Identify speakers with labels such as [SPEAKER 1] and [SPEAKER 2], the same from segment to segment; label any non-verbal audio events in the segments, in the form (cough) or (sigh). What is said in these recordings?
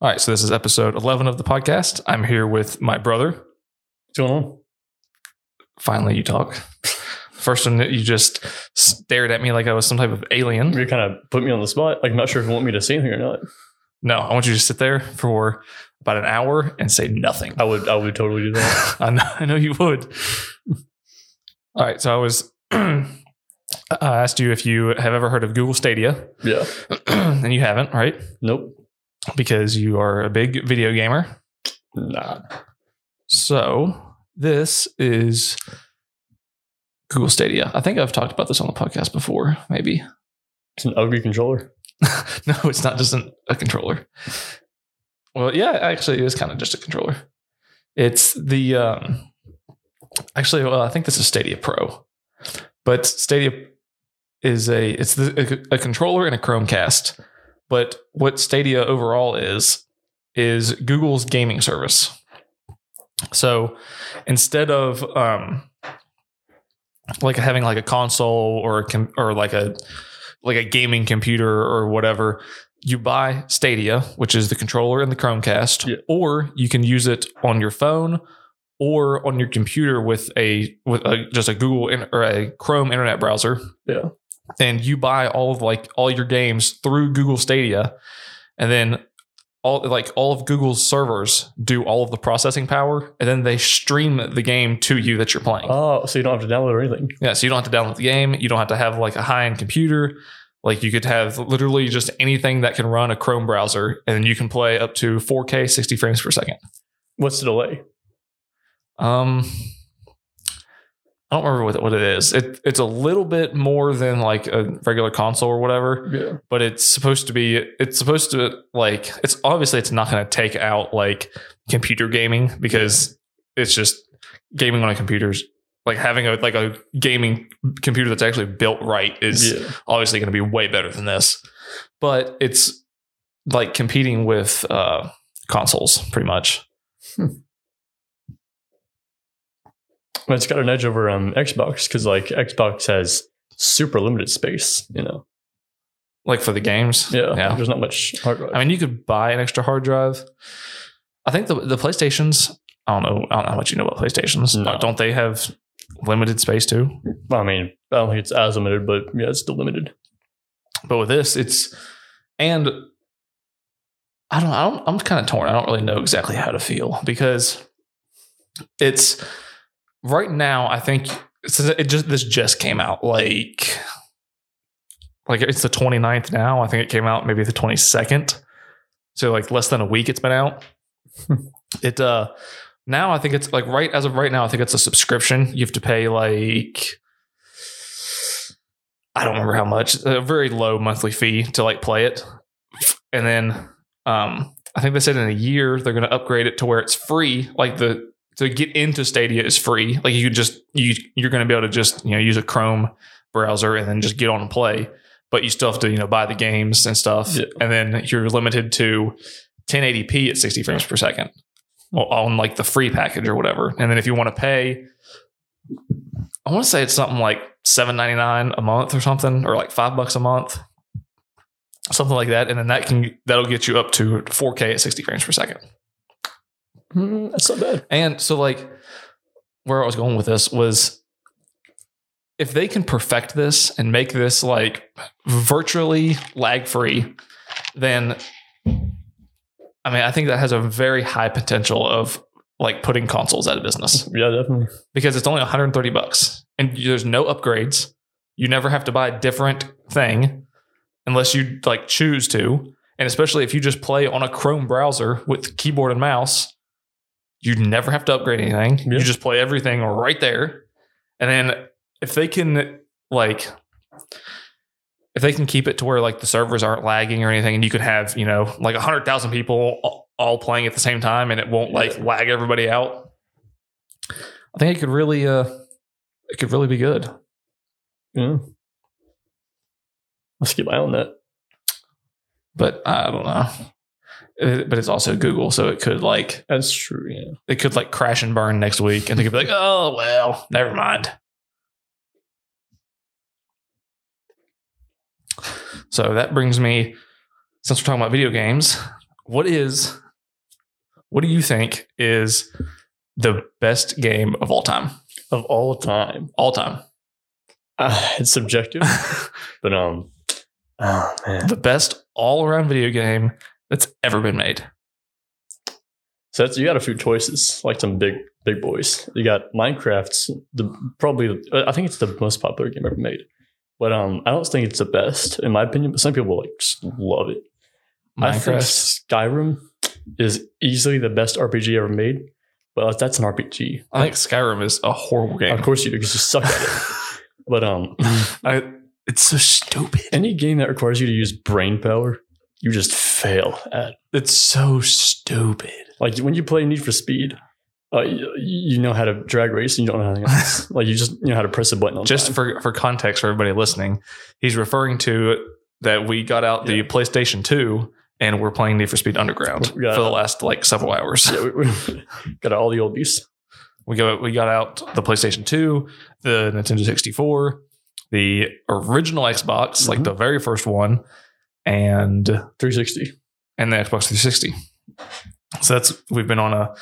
[SPEAKER 1] All right, so this is episode 11 of the podcast. I'm here with my brother.
[SPEAKER 2] John.
[SPEAKER 1] Finally, you talk. First one, you just stared at me like I was some type of alien.
[SPEAKER 2] You kind of put me on the spot. Like, I'm not sure if you want me to say anything or not.
[SPEAKER 1] No, I want you to sit there for about an hour and say nothing.
[SPEAKER 2] I would, I would totally do that.
[SPEAKER 1] I know, I know you would. All right, so I was (clears throat) I asked you if you have ever heard of Google Stadia, (clears throat)
[SPEAKER 2] yeah.
[SPEAKER 1] and you haven't, right?
[SPEAKER 2] Nope.
[SPEAKER 1] Because you are a big video gamer.
[SPEAKER 2] Nah.
[SPEAKER 1] So this is Google Stadia. I think I've talked about this on the podcast before, maybe.
[SPEAKER 2] It's an ugly controller.
[SPEAKER 1] (laughs) No, it's not just an, a controller. Well, yeah, actually, it is kind of just a controller. It's the um, actually, well, I think this is Stadia Pro, but Stadia is a it's the, a, a controller and a Chromecast. But what Stadia overall is is Google's gaming service. So instead of um, like having like a console or a com- or like a like a gaming computer or whatever, you buy Stadia, which is the controller and the Chromecast,
[SPEAKER 2] Yeah.
[SPEAKER 1] or you can use it on your phone or on your computer with a with a, just a Google in, or a Chrome internet browser.
[SPEAKER 2] Yeah.
[SPEAKER 1] And you buy all of like all your games through Google Stadia and then all like all of Google's servers do all of the processing power and then they stream the game to you that you're playing.
[SPEAKER 2] Oh, so you don't have to download or anything.
[SPEAKER 1] Yeah, so you don't have to download the game. You don't have to have like a high end computer. Like you could have literally just anything that can run a Chrome browser, and you can play up to 4K 60 frames per second.
[SPEAKER 2] What's the delay?
[SPEAKER 1] Um, I don't remember what what it is. It it's a little bit more than like a regular console or whatever,
[SPEAKER 2] Yeah.
[SPEAKER 1] but it's supposed to be. It's supposed to like it's obviously it's not going to take out like computer gaming because it's just gaming on a computer's like having a like a gaming computer that's actually built right is
[SPEAKER 2] yeah.
[SPEAKER 1] obviously going to be way better than this, but it's like competing with uh, consoles pretty much.
[SPEAKER 2] But it's got an edge over um, Xbox because, like, Xbox has super limited space, you know?
[SPEAKER 1] Like for the games,
[SPEAKER 2] Yeah.
[SPEAKER 1] yeah.
[SPEAKER 2] There's not much hard drive.
[SPEAKER 1] I mean, you could buy an extra hard drive. I think the the PlayStations. I don't know. I don't know how much you know about PlayStations.
[SPEAKER 2] No.
[SPEAKER 1] Don't they have limited space too?
[SPEAKER 2] I mean, I don't think it's as limited, but yeah, it's still limited.
[SPEAKER 1] But with this, it's and I don't. I don't I'm kind of torn. I don't really know exactly how to feel because it's right now. I think since it just this just came out like like it's the 29th now. I think it came out maybe the 22nd. So like less than a week it's been out. it uh now I think it's like right as of right now I think it's a subscription. You have to pay like I don't remember how much, a very low monthly fee to like play it. And then um I think they said in a year they're going to upgrade it to where it's free, like the to get into Stadia is free. Like you could just you you're going to be able to just, you know, use a Chrome browser and then just get on and play, but you still have to, you know, buy the games and stuff.
[SPEAKER 2] Yeah.
[SPEAKER 1] And then you're limited to 1080p at 60 frames per second o- on like the free package or whatever. And then if you want to pay, I want to say it's something like seven ninety nine a month or something, or like five bucks a month, something like that. And then that can that'll get you up to four K at sixty frames per second.
[SPEAKER 2] Hmm, that's not bad.
[SPEAKER 1] And so, like, where I was going with this was if they can perfect this and make this like virtually lag free, then I mean, I think that has a very high potential of like putting consoles out of business
[SPEAKER 2] Yeah, definitely.
[SPEAKER 1] because it's only 130 bucks and there's no upgrades. You never have to buy a different thing unless you like choose to. And especially if you just play on a Chrome browser with keyboard and mouse, you never have to upgrade anything. You
[SPEAKER 2] Yeah.
[SPEAKER 1] just play everything right there. And then if they can like if they can keep it to where like the servers aren't lagging or anything and you could have, you know, like 100,000 people all- all playing at the same time and it won't like lag everybody out, I think it could really uh it could really be good.
[SPEAKER 2] Yeah. Let's keep an eye on that.
[SPEAKER 1] But I don't know. It- but it's also Google, so it could like
[SPEAKER 2] That's true. Yeah.
[SPEAKER 1] it could like crash and burn next week and they could be like, "Oh, well, never mind." So that brings me since we're talking about video games, What is what do you think is the best game of all time?
[SPEAKER 2] of all time.
[SPEAKER 1] All time. (laughs)
[SPEAKER 2] Uh, it's subjective, but um, oh man.
[SPEAKER 1] the best all-around video game that's ever been made.
[SPEAKER 2] So that's you got a few choices, like some big big boys. You got Minecraft's the probably I think it's the most popular game ever made, but um, I don't think it's the best in my opinion. But some people like just love it. I think
[SPEAKER 1] Minecraft.
[SPEAKER 2] Skyrim is easily the best RPG ever made. Well, that's an RPG.
[SPEAKER 1] I think Skyrim is a horrible game.
[SPEAKER 2] Of course you do because you suck at it. But um,
[SPEAKER 1] I, it's so stupid.
[SPEAKER 2] any game that requires you to use brain power, you just fail at.
[SPEAKER 1] It's so stupid.
[SPEAKER 2] (laughs) Like when you play Need for Speed, uh, you, you know how to drag race and you don't know
[SPEAKER 1] (laughs)
[SPEAKER 2] anything else. like you just you know how to press a button. On
[SPEAKER 1] Just
[SPEAKER 2] time.
[SPEAKER 1] for, for context for everybody listening, he's referring to that we got out the
[SPEAKER 2] Yeah.
[SPEAKER 1] PlayStation 2 and we're playing Need for Speed Underground for
[SPEAKER 2] We got-
[SPEAKER 1] the last like several hours.
[SPEAKER 2] yeah, we, we (laughs) got all the old beasts.
[SPEAKER 1] We got we got out the PlayStation 2, the Nintendo 64, the original Xbox, like
[SPEAKER 2] Mhm.
[SPEAKER 1] the very first one, and
[SPEAKER 2] 360.
[SPEAKER 1] and the Xbox 360. So that's we've been on a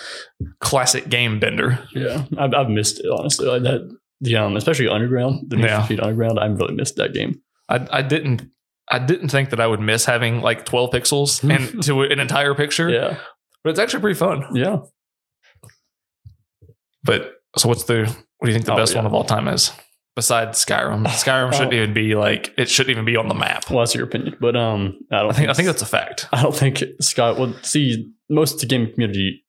[SPEAKER 1] classic game bender.
[SPEAKER 2] Yeah, I've, I've missed it honestly. Like that, the um, especially Underground, the Need
[SPEAKER 1] Yeah.
[SPEAKER 2] for Speed Underground. I really missed that game.
[SPEAKER 1] I, I didn't I didn't think that I would miss having like 12 (laughs) pixels and to an entire picture,
[SPEAKER 2] Yeah,
[SPEAKER 1] but it's actually pretty fun.
[SPEAKER 2] yeah.
[SPEAKER 1] But so what's the what do you think the
[SPEAKER 2] Oh,
[SPEAKER 1] best
[SPEAKER 2] yeah.
[SPEAKER 1] one of all time is? Besides Skyrim, Skyrim shouldn't
[SPEAKER 2] Oh.
[SPEAKER 1] even be like it shouldn't even be on the map.
[SPEAKER 2] Well, that's your opinion, but um, I don't
[SPEAKER 1] I think I
[SPEAKER 2] it's-
[SPEAKER 1] think that's a fact.
[SPEAKER 2] (laughs) I don't think Scott. Well, see, most of the gaming community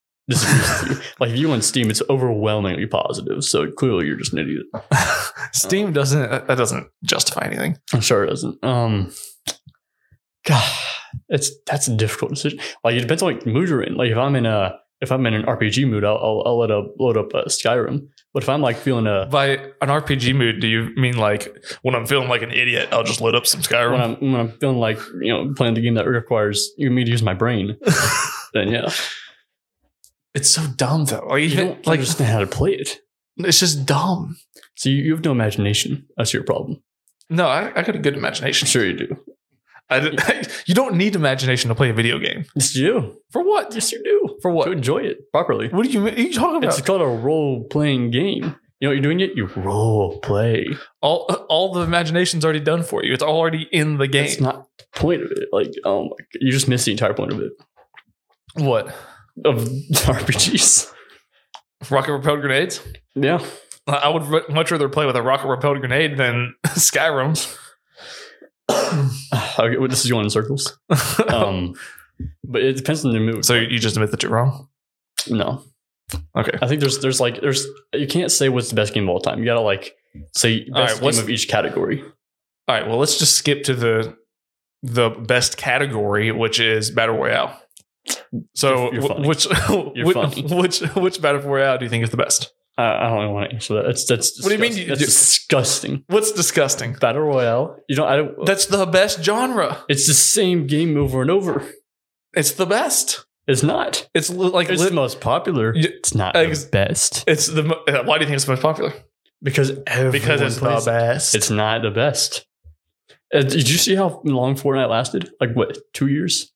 [SPEAKER 1] (laughs)
[SPEAKER 2] disagrees with you. Like if you on Steam, it's overwhelmingly positive. So clearly, you're just an idiot.
[SPEAKER 1] (laughs) Steam doesn't that that doesn't justify anything.
[SPEAKER 2] I'm sure it doesn't. Um, God, it's that's a difficult decision. Like it depends on like mood you're in. Like if I'm in a if I'm in an RPG mood, I'll I'll, I'll load up load up uh, Skyrim. But if I'm like feeling uh, a
[SPEAKER 1] By an RPG mood, do you mean like when I'm feeling like an idiot, I'll just load up some
[SPEAKER 2] when
[SPEAKER 1] Skyrim?
[SPEAKER 2] I'm when I'm feeling like you know playing the game that requires you me to use
[SPEAKER 1] (laughs)
[SPEAKER 2] my brain, then yeah,
[SPEAKER 1] It's so dumb though. Like,
[SPEAKER 2] you
[SPEAKER 1] even-
[SPEAKER 2] don't
[SPEAKER 1] like
[SPEAKER 2] understand how to play it.
[SPEAKER 1] it's just dumb.
[SPEAKER 2] So you, you have no imagination. That's your problem.
[SPEAKER 1] No, I, I got a good imagination.
[SPEAKER 2] I'm sure you do.
[SPEAKER 1] I didn't- (laughs) you don't need imagination to play a video game.
[SPEAKER 2] Yes, you do.
[SPEAKER 1] For what?
[SPEAKER 2] Yes, you do.
[SPEAKER 1] For
[SPEAKER 2] To
[SPEAKER 1] what?
[SPEAKER 2] enjoy it properly.
[SPEAKER 1] What are you, what are you talking about?
[SPEAKER 2] It's called a role playing game. You know what you're doing it? You role play.
[SPEAKER 1] all all the imagination's already done for you. It's already in the game.
[SPEAKER 2] That's not the point of it. Like, oh my, g- you just missed the entire point of it
[SPEAKER 1] what?
[SPEAKER 2] of (laughs) RPGs.
[SPEAKER 1] Rocket repelled grenades?
[SPEAKER 2] Yeah,
[SPEAKER 1] I- I would re- much rather play with a rocket repelled grenade than (laughs) Skyrim.
[SPEAKER 2] (sighs) okay, well, this is going
[SPEAKER 1] (laughs)
[SPEAKER 2] in circles. Um, but it depends on the mood.
[SPEAKER 1] so you just admit that you're wrong?
[SPEAKER 2] no,
[SPEAKER 1] Okay.
[SPEAKER 2] I think there's there's like there's you can't say what's the best game of all time. You gotta like say
[SPEAKER 1] All right,
[SPEAKER 2] best
[SPEAKER 1] what's-
[SPEAKER 2] game of each category.
[SPEAKER 1] All right, well, let's just skip to the the best category, which is battle royale. So,
[SPEAKER 2] You're- you're
[SPEAKER 1] wh-
[SPEAKER 2] funny.
[SPEAKER 1] which (laughs)
[SPEAKER 2] You're
[SPEAKER 1] which,
[SPEAKER 2] funny.
[SPEAKER 1] which which battle royale do you think is the best?
[SPEAKER 2] I, I don't even want to answer that. That's that's
[SPEAKER 1] What do you mean
[SPEAKER 2] disgusting.
[SPEAKER 1] you-
[SPEAKER 2] That's disgusting.
[SPEAKER 1] What's disgusting?
[SPEAKER 2] Battle royale. You don't. I don't.
[SPEAKER 1] That's the best genre.
[SPEAKER 2] it's the same game over and over.
[SPEAKER 1] It's the best.
[SPEAKER 2] It's not.
[SPEAKER 1] It's li- like
[SPEAKER 2] It's
[SPEAKER 1] li-
[SPEAKER 2] the most popular.
[SPEAKER 1] You-
[SPEAKER 2] It's not
[SPEAKER 1] Ex-
[SPEAKER 2] the best
[SPEAKER 1] it's the mo- uh, why do you think it's the most popular?
[SPEAKER 2] because everyone
[SPEAKER 1] Because it's the
[SPEAKER 2] plays it.
[SPEAKER 1] best.
[SPEAKER 2] It's not the best. Uh, did you see how long Fortnite lasted? Like what, two years?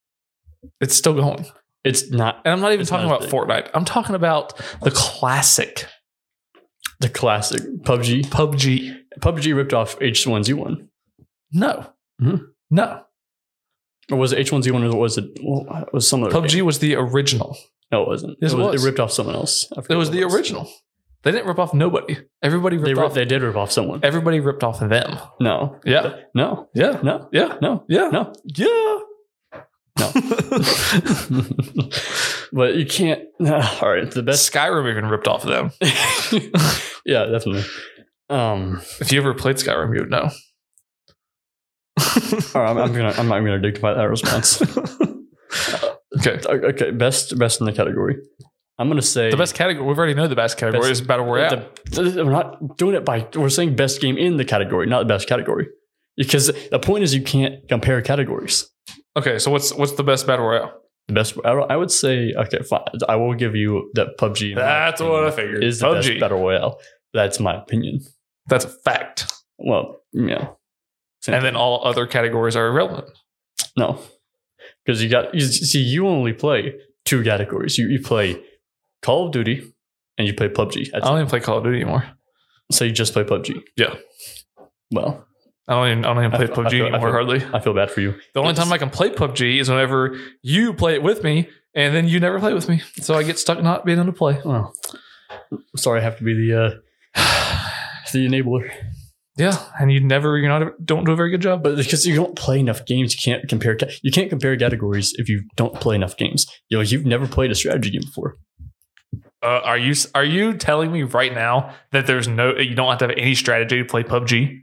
[SPEAKER 1] it's still going.
[SPEAKER 2] It's not
[SPEAKER 1] And I'm not even
[SPEAKER 2] It's
[SPEAKER 1] talking
[SPEAKER 2] not
[SPEAKER 1] about
[SPEAKER 2] as
[SPEAKER 1] Fortnite. I'm talking about the classic
[SPEAKER 2] the classic PUBG.
[SPEAKER 1] PUBG.
[SPEAKER 2] PUBG ripped off H1Z1,
[SPEAKER 1] No.
[SPEAKER 2] Mhm.
[SPEAKER 1] No.
[SPEAKER 2] or was it H1Z1, or was it? Well, it was some other
[SPEAKER 1] PUBG
[SPEAKER 2] game.
[SPEAKER 1] was the original.
[SPEAKER 2] No, it wasn't.
[SPEAKER 1] Yes,
[SPEAKER 2] it,
[SPEAKER 1] it
[SPEAKER 2] was,
[SPEAKER 1] was.
[SPEAKER 2] it ripped off someone else. I forget
[SPEAKER 1] It was
[SPEAKER 2] what
[SPEAKER 1] the original. They didn't rip off nobody. Everybody ripped
[SPEAKER 2] They
[SPEAKER 1] off
[SPEAKER 2] ripped, they did rip off someone.
[SPEAKER 1] everybody ripped off of them.
[SPEAKER 2] No,
[SPEAKER 1] Yeah.
[SPEAKER 2] no,
[SPEAKER 1] Yeah.
[SPEAKER 2] no,
[SPEAKER 1] Yeah.
[SPEAKER 2] no.
[SPEAKER 1] Yeah. (laughs) Yeah.
[SPEAKER 2] No. (laughs) No. but you can't. (sighs) all right, the best.
[SPEAKER 1] (laughs) Skyrim even ripped off of them.
[SPEAKER 2] yeah, definitely. Um,
[SPEAKER 1] If you ever played Skyrim, you would know.
[SPEAKER 2] all right, I'm, I'm gonna. I'm not gonna dignify that
[SPEAKER 1] (laughs)
[SPEAKER 2] response.
[SPEAKER 1] Okay.
[SPEAKER 2] okay, best best in the category. I'm gonna say
[SPEAKER 1] The best category we've already know the best category
[SPEAKER 2] Best-
[SPEAKER 1] is Battle Royale.
[SPEAKER 2] the- the- we're not doing it by. We're saying best game in the category, not the best category, because the point is you can't compare categories.
[SPEAKER 1] okay, so what's what's the best Battle Royale?
[SPEAKER 2] The best. I, I would say. Okay, fine. I will give you that PUBG. in my
[SPEAKER 1] That's
[SPEAKER 2] opinion,
[SPEAKER 1] what I figured.
[SPEAKER 2] Is the
[SPEAKER 1] PUBG.
[SPEAKER 2] best battle royale. That's my opinion.
[SPEAKER 1] That's a fact.
[SPEAKER 2] Well, yeah.
[SPEAKER 1] And then all other categories are irrelevant.
[SPEAKER 2] No. because you got you see you only play two categories. You you play Call of Duty and you play PUBG.
[SPEAKER 1] I don't even play Call of Duty anymore.
[SPEAKER 2] So you just play PUBG.
[SPEAKER 1] Oh. Yeah.
[SPEAKER 2] Well,
[SPEAKER 1] I don't even I don't even
[SPEAKER 2] I
[SPEAKER 1] play
[SPEAKER 2] feel- I
[SPEAKER 1] PUBG
[SPEAKER 2] feel- I
[SPEAKER 1] anymore
[SPEAKER 2] feel-
[SPEAKER 1] hardly.
[SPEAKER 2] I feel bad for you.
[SPEAKER 1] The only
[SPEAKER 2] It's-
[SPEAKER 1] time I can play PUBG is whenever you play it with me, and then you never play with me. So I get stuck not being able to play. (sighs)
[SPEAKER 2] Well, sorry, I have to be the uh, the enabler.
[SPEAKER 1] Yeah, and you never you're not don't do a very good job. But
[SPEAKER 2] But because you don't play enough games, you can't compare. ca- You can't compare categories if you don't play enough games. You know, you've never played a strategy game before.
[SPEAKER 1] uh, are you are you telling me right now that there's no you don't have to have any strategy to play PUBG?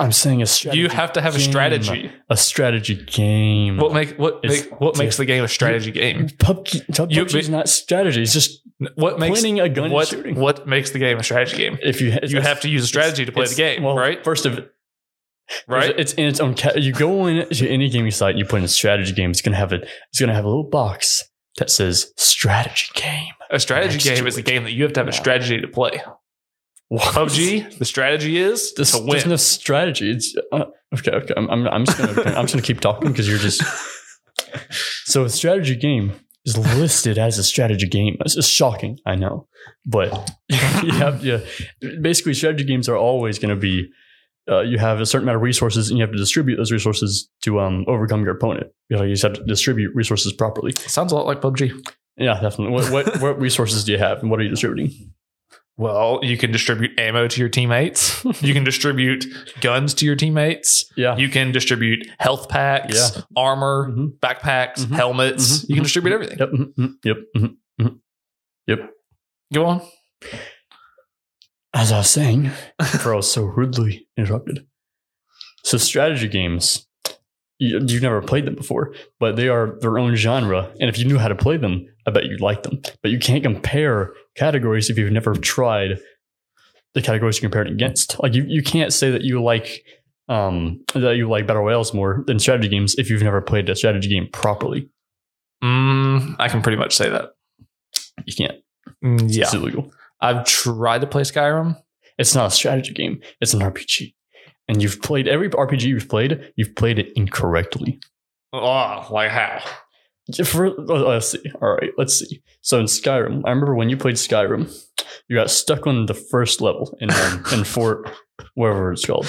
[SPEAKER 2] I'm saying a strategy.
[SPEAKER 1] you have to have a
[SPEAKER 2] game.
[SPEAKER 1] strategy.
[SPEAKER 2] a strategy game.
[SPEAKER 1] What make what
[SPEAKER 2] It's-
[SPEAKER 1] make, what makes the game a strategy game?
[SPEAKER 2] PUBG,
[SPEAKER 1] You-
[SPEAKER 2] PUBG is not strategy. It's just
[SPEAKER 1] What makes
[SPEAKER 2] pointing a gun
[SPEAKER 1] what
[SPEAKER 2] and shooting.
[SPEAKER 1] what makes the game a strategy game?
[SPEAKER 2] if you
[SPEAKER 1] You have to use a strategy to play the game, right?
[SPEAKER 2] First of it,
[SPEAKER 1] Right?
[SPEAKER 2] It's in its own. Ca- you go in to any gaming site and you put in strategy game. It's gonna have a. It's gonna have a little box that says strategy game.
[SPEAKER 1] A strategy
[SPEAKER 2] Next
[SPEAKER 1] game is a
[SPEAKER 2] week.
[SPEAKER 1] game that you have to have a
[SPEAKER 2] No.
[SPEAKER 1] strategy to play.
[SPEAKER 2] What?
[SPEAKER 1] PUBG, the strategy is
[SPEAKER 2] This,
[SPEAKER 1] to
[SPEAKER 2] there's
[SPEAKER 1] win.
[SPEAKER 2] no strategy. It's uh, okay. Okay. I'm. I'm, I'm
[SPEAKER 1] (laughs)
[SPEAKER 2] just gonna. I'm just gonna keep talking because you're just. So a strategy game is listed as a strategy game. It's, it's shocking, I know, but (laughs) you have yeah. Basically, strategy games are always going to be. Uh, you have a certain amount of resources, and you have to distribute those resources to um, overcome your opponent. You know, you just have to distribute resources properly.
[SPEAKER 1] Sounds a lot like PUBG.
[SPEAKER 2] Yeah, definitely. What what, what resources do you have, and what are you distributing?
[SPEAKER 1] Well, you can distribute ammo to your (laughs) teammates. you can distribute guns to your teammates.
[SPEAKER 2] Yeah,
[SPEAKER 1] You can distribute health packs,
[SPEAKER 2] Yeah.
[SPEAKER 1] armor,
[SPEAKER 2] Mhm.
[SPEAKER 1] backpacks,
[SPEAKER 2] Mhm.
[SPEAKER 1] helmets.
[SPEAKER 2] Mhm.
[SPEAKER 1] You can distribute everything.
[SPEAKER 2] yep, mhm, mhm, yep, mhm.
[SPEAKER 1] Go on.
[SPEAKER 2] as I was saying, Carl so rudely interrupted. So strategy games, you, you've never played them before, but they are their own genre. And if you knew how to play them, I bet you'd like them. But you can't compare categories if you've never tried the categories you're comparing against. Like you, you can't say that you like um that you like battle royales more than strategy games if you've never played a strategy game properly.
[SPEAKER 1] Mm, I can pretty much say that.
[SPEAKER 2] You can't.
[SPEAKER 1] Mm, yeah.
[SPEAKER 2] It's illegal.
[SPEAKER 1] I've tried to play Skyrim.
[SPEAKER 2] It's not a strategy game. It's an RPG. And you've played every RPG you've played, you've played it incorrectly.
[SPEAKER 1] Oh, like how?
[SPEAKER 2] For, oh, let's see. All right, let's see. So in Skyrim, I remember when you played Skyrim, you got stuck on the first level in um, in Fort, wherever it's called,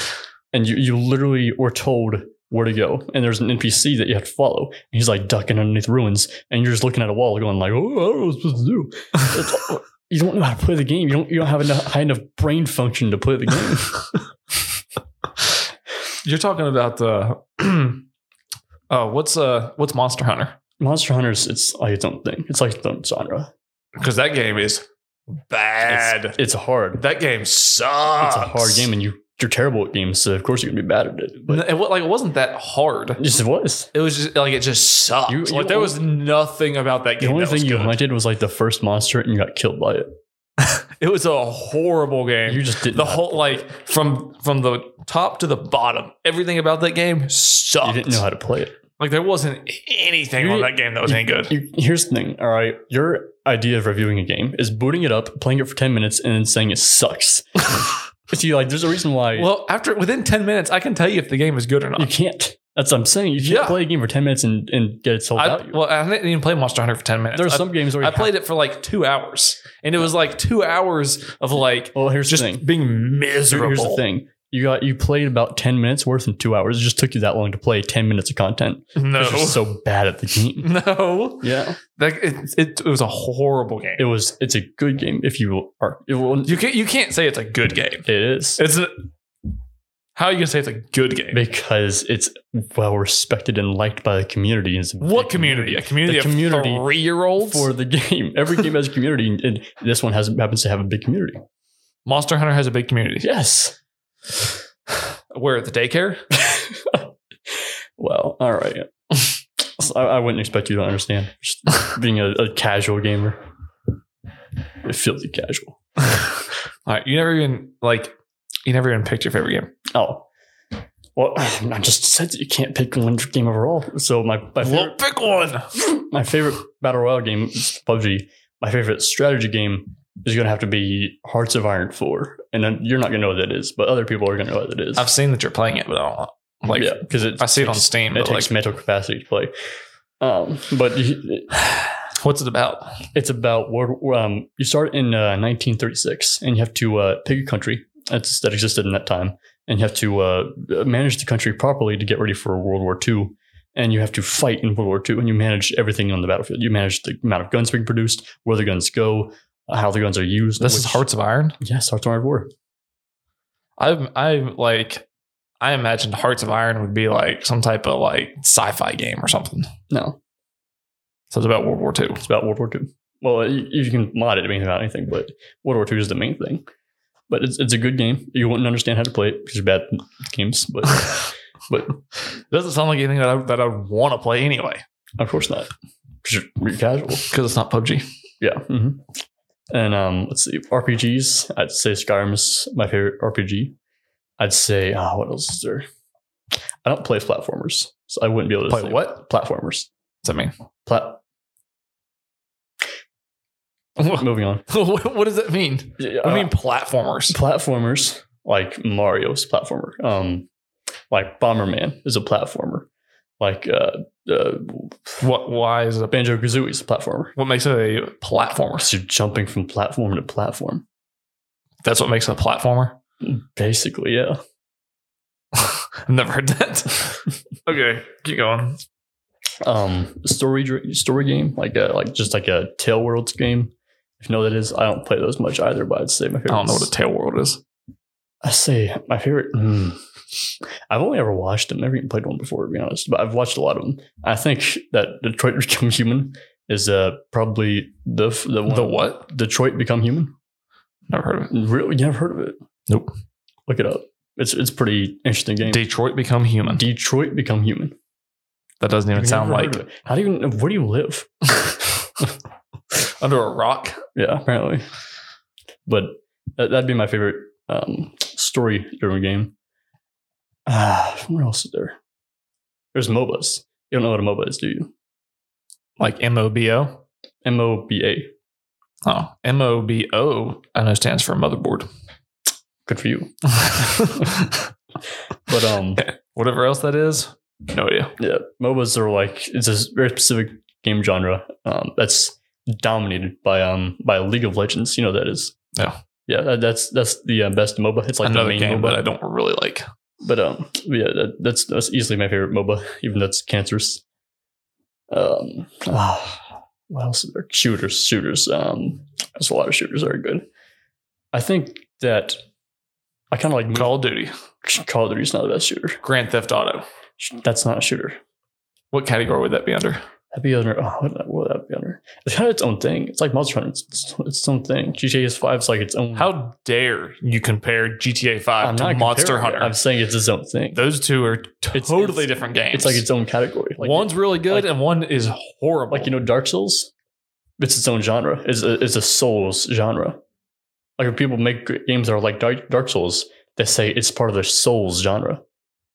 [SPEAKER 2] and you you literally were told where to go, and there's an NPC that you have to follow, and he's like ducking underneath ruins, and you're just looking at a wall, going like, "Oh, I don't know what I'm supposed to do." It's- you don't know how to play the game. You don't you don't have enough high enough brain function to play the game.
[SPEAKER 1] You're talking about the. (clears throat) Oh, what's uh, what's Monster Hunter?
[SPEAKER 2] Monster Hunters, it's like its own thing. It's like its own genre.
[SPEAKER 1] Because that game is bad.
[SPEAKER 2] It's, it's hard.
[SPEAKER 1] that game sucks.
[SPEAKER 2] it's a hard game, and you you're terrible at games, so of course you're gonna be bad at it. But
[SPEAKER 1] N- It, wa- like it wasn't that hard.
[SPEAKER 2] Yes, it was.
[SPEAKER 1] It was just like it just sucked.
[SPEAKER 2] You- you
[SPEAKER 1] like there was nothing about that
[SPEAKER 2] The
[SPEAKER 1] game.
[SPEAKER 2] only
[SPEAKER 1] that was
[SPEAKER 2] thing you
[SPEAKER 1] good.
[SPEAKER 2] hunted was like the first monster, and you got killed by it.
[SPEAKER 1] It was a horrible game.
[SPEAKER 2] You just didn't.
[SPEAKER 1] the whole like from from the top to the bottom, everything about that game
[SPEAKER 2] you
[SPEAKER 1] sucked.
[SPEAKER 2] didn't know how to play it.
[SPEAKER 1] like there wasn't anything
[SPEAKER 2] You
[SPEAKER 1] on
[SPEAKER 2] didn't-
[SPEAKER 1] that game that was any good.
[SPEAKER 2] You, here's the thing. All right, your idea of reviewing a game is booting it up, playing it for ten minutes, and then saying
[SPEAKER 1] (laughs)
[SPEAKER 2] it sucks. See, like there's a reason why
[SPEAKER 1] well, after within ten minutes, I can tell you if the game is good or
[SPEAKER 2] you
[SPEAKER 1] not.
[SPEAKER 2] can't. That's what I'm saying. You can't
[SPEAKER 1] Yeah.
[SPEAKER 2] play a game for ten minutes and, and get it sold
[SPEAKER 1] I,
[SPEAKER 2] out.
[SPEAKER 1] well, I didn't even play Monster Hunter for ten minutes.
[SPEAKER 2] there are
[SPEAKER 1] I-
[SPEAKER 2] some games where you
[SPEAKER 1] I
[SPEAKER 2] have-
[SPEAKER 1] played it for like two hours, and it was like two hours of like
[SPEAKER 2] well, here's
[SPEAKER 1] just
[SPEAKER 2] the thing.
[SPEAKER 1] being
[SPEAKER 2] Here-
[SPEAKER 1] miserable.
[SPEAKER 2] Here's the thing. You got you played about ten minutes worth in two hours. It just took you that long to play ten minutes of content.
[SPEAKER 1] No,
[SPEAKER 2] 'cause You're so bad at the game.
[SPEAKER 1] (laughs) no,
[SPEAKER 2] yeah.
[SPEAKER 1] that it, it, it was a horrible game.
[SPEAKER 2] it was it's a good game if you are it, will-
[SPEAKER 1] you can't you can't say it's a good game.
[SPEAKER 2] it is
[SPEAKER 1] It's a, how are you gonna say it's a good game?
[SPEAKER 2] because it's well respected and liked by the community It's a
[SPEAKER 1] what
[SPEAKER 2] big
[SPEAKER 1] community? A community
[SPEAKER 2] The
[SPEAKER 1] of
[SPEAKER 2] community
[SPEAKER 1] three year olds.
[SPEAKER 2] for the (laughs) game every game has a community and- and this one has happens to have a big community
[SPEAKER 1] Monster Hunter has a big community.
[SPEAKER 2] yes
[SPEAKER 1] Where at the
[SPEAKER 2] (laughs)
[SPEAKER 1] daycare?
[SPEAKER 2] well all right (laughs) So I, I wouldn't expect you to understand just being a, a casual gamer it feels casual
[SPEAKER 1] All right, you never even like you never even picked your favorite game.
[SPEAKER 2] oh well (sighs) I just said that you can't pick one game overall so my, my favorite (coughs)
[SPEAKER 1] Well, pick one.
[SPEAKER 2] my favorite battle royale game is PUBG. My favorite strategy game is going to have to be Hearts of Iron 4. And then you're not going to know what that is, but other people are going to know what that is.
[SPEAKER 1] I've seen that you're playing it, but I don't. Like
[SPEAKER 2] yeah, because it
[SPEAKER 1] I see it on
[SPEAKER 2] takes-
[SPEAKER 1] Steam,
[SPEAKER 2] It
[SPEAKER 1] but
[SPEAKER 2] takes
[SPEAKER 1] like,
[SPEAKER 2] mental capacity to play. Um, but you,
[SPEAKER 1] (sighs) what's it about?
[SPEAKER 2] it's about world. Um, you start in uh, 1936, and you have to uh, pick a country that's, that existed in that time, and you have to uh, manage the country properly to get ready for World War II. And you have to fight in World War II, and you manage everything on the battlefield. You manage the amount of guns being produced, where the guns go, uh, how the guns are used.
[SPEAKER 1] This is
[SPEAKER 2] which-
[SPEAKER 1] Hearts of Iron.
[SPEAKER 2] Yes, Hearts of Iron War.
[SPEAKER 1] I've I like I imagined Hearts of Iron would be like some type of like sci-fi game or something.
[SPEAKER 2] No,
[SPEAKER 1] So it's about World War
[SPEAKER 2] (laughs)
[SPEAKER 1] II.
[SPEAKER 2] it's about World War II. Well, you, you can mod it to mean about anything, but World War II is the main thing. But it's, it's a good game. You wouldn't understand how to play it because you're bad at games, but
[SPEAKER 1] but it doesn't sound like anything that I that I would want to play anyway
[SPEAKER 2] Of course not. 'Cause You're, you're casual.
[SPEAKER 1] because it's not PUBG.
[SPEAKER 2] Yeah.
[SPEAKER 1] Mm-hmm.
[SPEAKER 2] mhm. And um, let's see. RPGs. I'd say Skyrim is my favorite RPG. I'd say, ah, what else is there? I don't play platformers, so I wouldn't be able to
[SPEAKER 1] Play
[SPEAKER 2] say
[SPEAKER 1] what?
[SPEAKER 2] platformers.
[SPEAKER 1] What's that mean? (laughs)
[SPEAKER 2] Plat. Moving on.
[SPEAKER 1] what, what does that mean? I
[SPEAKER 2] Uh,
[SPEAKER 1] mean platformers.
[SPEAKER 2] platformers like Mario's platformer. Um, like Bomberman is a platformer. Like uh, uh,
[SPEAKER 1] What? Why is it? A,
[SPEAKER 2] Banjo Kazooie's a platformer.
[SPEAKER 1] what makes it a platformer?
[SPEAKER 2] So you're jumping from platform to platform.
[SPEAKER 1] That's what makes it a platformer.
[SPEAKER 2] Basically, yeah.
[SPEAKER 1] I've never heard
[SPEAKER 2] (laughs)
[SPEAKER 1] that. okay, keep going.
[SPEAKER 2] um story dr- story game like a like just like a Tale Worlds game. If you know what that is, I don't play those much either, but I'd say my
[SPEAKER 1] I
[SPEAKER 2] favorite.
[SPEAKER 1] don't know what a tail world is.
[SPEAKER 2] I say my favorite. mm, I've only ever watched them. Never even played one before, to be honest. But I've watched a lot of them. I think that Detroit (laughs) Become Human is uh probably the f- the one.
[SPEAKER 1] The what?
[SPEAKER 2] Detroit Become Human.
[SPEAKER 1] Never heard of it.
[SPEAKER 2] Really, you never heard of it?
[SPEAKER 1] Nope.
[SPEAKER 2] Look it up. It's it's a pretty interesting game.
[SPEAKER 1] Detroit become human.
[SPEAKER 2] Detroit Become Human.
[SPEAKER 1] that doesn't even
[SPEAKER 2] You've
[SPEAKER 1] sound
[SPEAKER 2] never
[SPEAKER 1] like
[SPEAKER 2] heard of it. How do you? Where do you
[SPEAKER 1] (laughs)
[SPEAKER 2] live?
[SPEAKER 1] under a rock.
[SPEAKER 2] Yeah, apparently. But that, that'd be my favorite um, story driven game. Uh, where else is there? There's MOBAs. You don't know what a MOBA is, do you?
[SPEAKER 1] Like M O B O.
[SPEAKER 2] M O B A.
[SPEAKER 1] Oh, M O B O. I know stands for motherboard. (laughs)
[SPEAKER 2] Good for you. But
[SPEAKER 1] (laughs)
[SPEAKER 2] um,
[SPEAKER 1] Whatever else that is, no idea.
[SPEAKER 2] yeah, MOBAs are like it's a very specific game genre um, that's dominated by um by League of Legends. You know what that is.
[SPEAKER 1] Yeah.
[SPEAKER 2] Yeah, that, that's that's the uh, best MOBA. It's like
[SPEAKER 1] Another
[SPEAKER 2] the main
[SPEAKER 1] game
[SPEAKER 2] MOBA.
[SPEAKER 1] that I don't really like.
[SPEAKER 2] But um, yeah, that, that's that's easily my favorite MOBA, even though it's cancerous. Um, (sighs) ah, what else is there? Shooters, shooters. Um, there's a lot of shooters that are good. I think that I kind of like
[SPEAKER 1] Call of Duty,
[SPEAKER 2] Call of Duty's not the best shooter.
[SPEAKER 1] Grand Theft Auto.
[SPEAKER 2] That's not a shooter.
[SPEAKER 1] What category would that be under?
[SPEAKER 2] That'd be under. Oh, what, what would that be under? It's kind of its own thing. It's like Monster Hunter. It's, it's, its own thing. GTA Five is like its own.
[SPEAKER 1] How dare you compare GTA
[SPEAKER 2] Mm. I'm
[SPEAKER 1] Five to
[SPEAKER 2] not
[SPEAKER 1] Monster
[SPEAKER 2] comparing it.
[SPEAKER 1] Hunter?
[SPEAKER 2] I'm saying it's its own thing.
[SPEAKER 1] Those two are totally
[SPEAKER 2] it's-
[SPEAKER 1] different games.
[SPEAKER 2] It's like its own category. Like
[SPEAKER 1] one's really good
[SPEAKER 2] like-
[SPEAKER 1] and one is horrible.
[SPEAKER 2] like you know dark souls it's its own genre it's a, it's a souls genre like when people make g- games that are like dark, dark souls they say it's part of the souls genre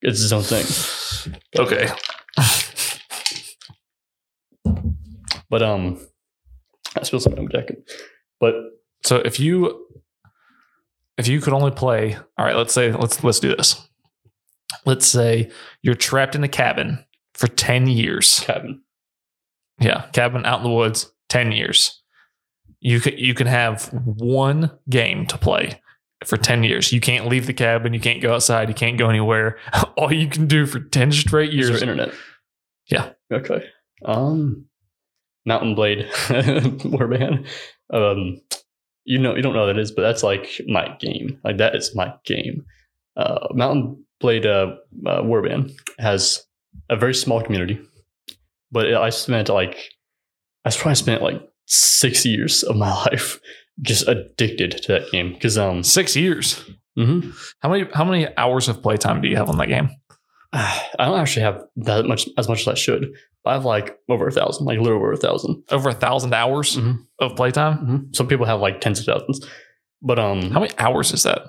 [SPEAKER 2] it's its own thing
[SPEAKER 1] okay.
[SPEAKER 2] but um i spilled something on my jacket but
[SPEAKER 1] So if you if you could only play, all right, let's say let's let's do this. Let's say you're trapped in a cabin for 10 years.
[SPEAKER 2] cabin
[SPEAKER 1] Yeah, cabin out in the woods, 10 years. You can you can have one game to play for 10 years. You can't leave the cabin, you can't go outside, you can't go anywhere. (laughs) All you can do for 10 straight
[SPEAKER 2] here's
[SPEAKER 1] years.
[SPEAKER 2] internet
[SPEAKER 1] Yeah.
[SPEAKER 2] okay um mountain blade (laughs) warband um you know you don't know what that is but that's like my game like that is my game uh mountain blade uh, uh warband has a very small community but i spent like i probably spent like six years of my (laughs) life just addicted to that game because um
[SPEAKER 1] 6 years.
[SPEAKER 2] mhm.
[SPEAKER 1] How many how many hours of playtime do you have on that game?
[SPEAKER 2] (sighs) i don't actually have that much as much as i should i have like over a thousand like a little over a thousand
[SPEAKER 1] Over a thousand hours
[SPEAKER 2] Mhm.
[SPEAKER 1] of playtime?
[SPEAKER 2] Mhm. Some people have like tens of thousands, but um,
[SPEAKER 1] How many hours is that?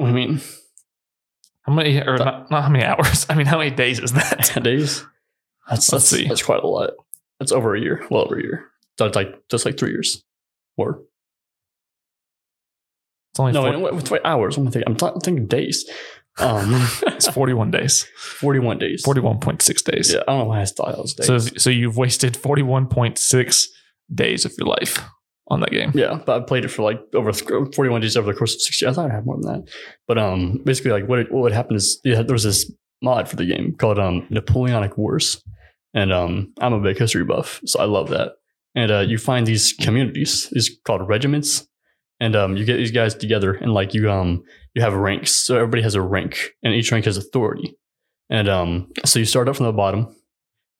[SPEAKER 2] I (laughs) mean,
[SPEAKER 1] How many or
[SPEAKER 2] Th-
[SPEAKER 1] not, not how many (laughs) hours? I mean, how many days is
[SPEAKER 2] (laughs)
[SPEAKER 1] that?
[SPEAKER 2] days. That's,
[SPEAKER 1] Let's
[SPEAKER 2] that's
[SPEAKER 1] see.
[SPEAKER 2] That's quite a lot. That's over a year. Well, over a year. That's like that's like three years. Or
[SPEAKER 1] It's only
[SPEAKER 2] no,
[SPEAKER 1] four.
[SPEAKER 2] wait, wait, wait, hours. I'm thinking, I'm, t- I'm thinking days. (laughs) Um,
[SPEAKER 1] It's 41
[SPEAKER 2] (laughs)
[SPEAKER 1] days,
[SPEAKER 2] 41 days.
[SPEAKER 1] 41.6 days.
[SPEAKER 2] Yeah, I don't know why I thought that was days.
[SPEAKER 1] So, so you've wasted 41.6 days of your life on that game.
[SPEAKER 2] Yeah, but I played it for like over th- 41 days over the course of six years. I thought I had more than that. But um, basically, like what it, what would happen is yeah, there was this mod for the game called um, Napoleonic Wars. And um, I'm a big history buff, so I love that. And uh, you find these communities, these called regiments. And um, you get these guys together and like you um, you have ranks. So everybody has a rank and each rank has authority. And um, so you start up from the bottom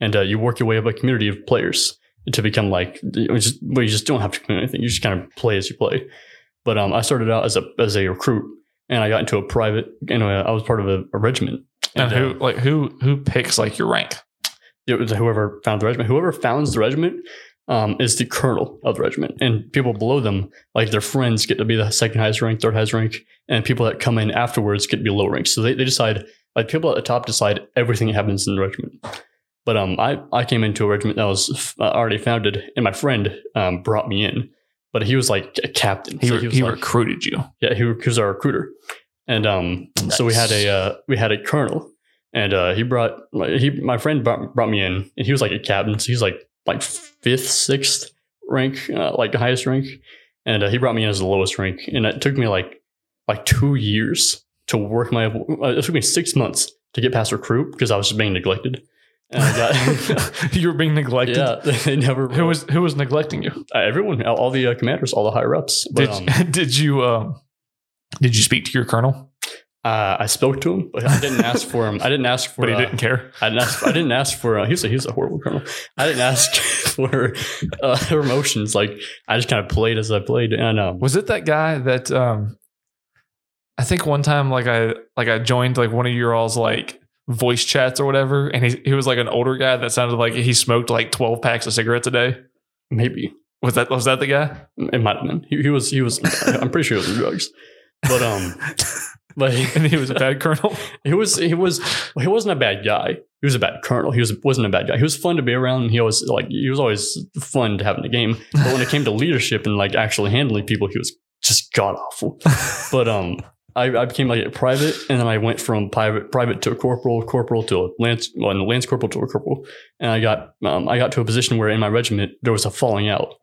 [SPEAKER 2] and uh, you work your way up a community of players to become like you know, just, well, you just don't have to commit anything. You just kind of play as you play. But um, I started out as a as a recruit, and I got into a private. You know, I was part of a, a regiment.
[SPEAKER 1] And
[SPEAKER 2] uh,
[SPEAKER 1] who like who who picks like your rank?
[SPEAKER 2] it was whoever found the regiment. Whoever founds the regiment um, is the colonel of the regiment, and people below them, like their friends, get to be the second highest rank, third highest rank, and people that come in afterwards get to be low rank. So they, they decide, like people at the top decide everything that happens in the regiment. But um, I I came into a regiment that was f- uh, already founded, and my friend um, brought me in, but he was like a captain.
[SPEAKER 1] He,
[SPEAKER 2] So
[SPEAKER 1] he,
[SPEAKER 2] was like- "Oh,
[SPEAKER 1] recruited you.
[SPEAKER 2] yeah, he was our recruiter, and um, so we had a uh, we had a colonel, and uh, he brought like, he my friend brought, brought me in, and he was like a captain, so he's like like fifth, sixth rank, uh, like the highest rank, and uh, he brought me in as the lowest rank, and it took me like like two years to work my uh, it took me six months to get past recruit because I was just being neglected, and
[SPEAKER 1] (laughs)
[SPEAKER 2] I got. (laughs)
[SPEAKER 1] you were being neglected.
[SPEAKER 2] Yeah, (laughs) they never.
[SPEAKER 1] Who was who was neglecting you?
[SPEAKER 2] uh, everyone? All the uh, commanders, all the higher ups. But,
[SPEAKER 1] Did (laughs)
[SPEAKER 2] um,
[SPEAKER 1] did you um did you speak to your colonel?
[SPEAKER 2] Uh, I spoke to him, but I
[SPEAKER 1] (laughs)
[SPEAKER 2] didn't ask for him. I didn't ask for.
[SPEAKER 1] But he
[SPEAKER 2] uh,
[SPEAKER 1] didn't care.
[SPEAKER 2] I didn't ask. I didn't ask for. Uh, he was a he was a horrible colonel. I didn't ask (laughs) for uh, promotions. Like I just kind of played as I played, and um,
[SPEAKER 1] Was it that guy that um I think one time like I like I joined like one of your all's like voice chats or whatever, and he he was like an older guy that sounded like he smoked like twelve packs of cigarettes a day.
[SPEAKER 2] maybe
[SPEAKER 1] Was that was that the guy? (laughs)
[SPEAKER 2] it might have been. He, he was. He was. I'm pretty sure he was on drugs, but um, but
[SPEAKER 1] And he was a bad (laughs) colonel.
[SPEAKER 2] he was he was he wasn't a bad guy. He was a bad colonel. He was wasn't a bad guy. He was fun to be around. and He always like he was always fun to have in the game. But when it came to leadership and like actually handling people, he was just
[SPEAKER 1] (laughs)
[SPEAKER 2] god awful. but um, I, I became like a private, and then I went from private private to a corporal, corporal to a lance, well, and lance corporal to a corporal, and I got um, I got to a position where in my regiment there was a falling out.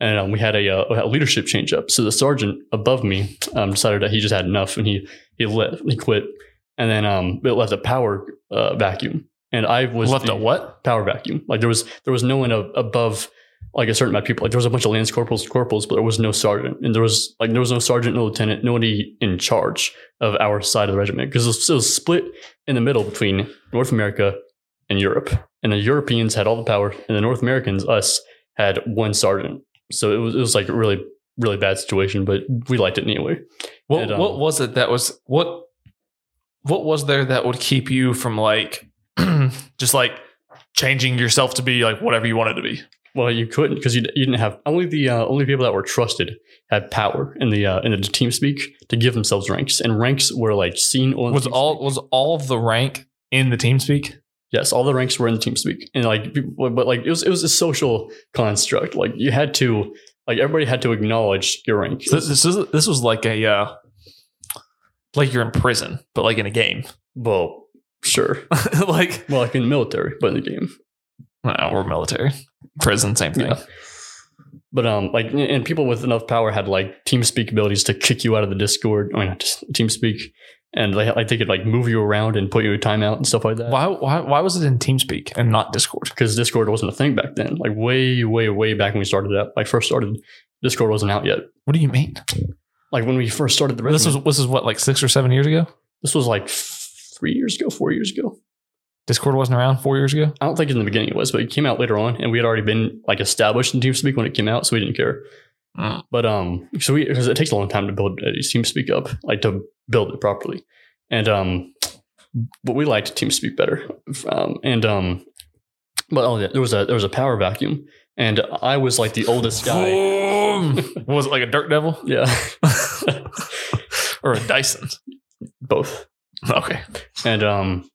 [SPEAKER 2] And um, we had a, uh, we had a leadership change up. So the sergeant above me um, decided that he just had enough, and he he left, he quit and then um, it left a power uh, vacuum. And I was
[SPEAKER 1] Left
[SPEAKER 2] the
[SPEAKER 1] a what?
[SPEAKER 2] power vacuum. Like there was there was no one ab- above like a certain amount of people. Like there was a bunch of lance corporals, corporals, but there was no sergeant, and there was like there was no sergeant, no lieutenant, nobody in charge of our side of the regiment because it, was- it was split in the middle between North America and Europe, and the Europeans had all the power, and the North Americans, us, had one sergeant. So it was it was like a really really bad situation, but we liked it anyway.
[SPEAKER 1] What
[SPEAKER 2] And, um,
[SPEAKER 1] what was it that was what what was there that would keep you from like (clears throat) just like changing yourself to be like whatever you wanted to be?
[SPEAKER 2] Well, you couldn't because you, you didn't have only the uh, only people that were trusted had power in the uh, in the team speak to give themselves ranks, and ranks were like seen on
[SPEAKER 1] Was
[SPEAKER 2] TeamSpeak.
[SPEAKER 1] all was all of the rank in the team speak?
[SPEAKER 2] yes, all the ranks were in the team speak, and like people, but like it was it was a social construct. Like you had to like everybody had to acknowledge your rank.
[SPEAKER 1] So this, this is this was like a uh, like you're in prison, but like in a
[SPEAKER 2] (laughs)
[SPEAKER 1] game.
[SPEAKER 2] well, sure,
[SPEAKER 1] like
[SPEAKER 2] well, like in the military, but in the game.
[SPEAKER 1] no, we're military, prison, same thing.
[SPEAKER 2] Yeah. But um, like, and people with enough power had like team speak abilities to kick you out of the Discord. I mean, not just team speak, and they like they could like move you around and put you in timeout and stuff like that.
[SPEAKER 1] Why, why why was it in TeamSpeak and not Discord?
[SPEAKER 2] because Discord wasn't a thing back then. Like way, way, way back when we started out, like first started, Discord wasn't out yet.
[SPEAKER 1] What do you mean?
[SPEAKER 2] Like when we first started the
[SPEAKER 1] This was
[SPEAKER 2] regiment,
[SPEAKER 1] this is what like six or seven years ago.
[SPEAKER 2] this was like f- three years ago, four years ago.
[SPEAKER 1] Discord wasn't around four years ago.
[SPEAKER 2] I don't think in the beginning it was, but it came out later on, and we had already been like established in TeamSpeak when it came out, so we didn't care.
[SPEAKER 1] Mm.
[SPEAKER 2] But um, so we because it takes a long time to build a TeamSpeak up, like to build it properly, and um, but we liked TeamSpeak better, um, and um, but oh yeah, there was a there was a power vacuum, and I was like the
[SPEAKER 1] (laughs)
[SPEAKER 2] oldest guy.
[SPEAKER 1] Boom! was it like a Dirt
[SPEAKER 2] (laughs)
[SPEAKER 1] Devil
[SPEAKER 2] Yeah,
[SPEAKER 1] or a Dyson?
[SPEAKER 2] both.
[SPEAKER 1] Okay,
[SPEAKER 2] And um,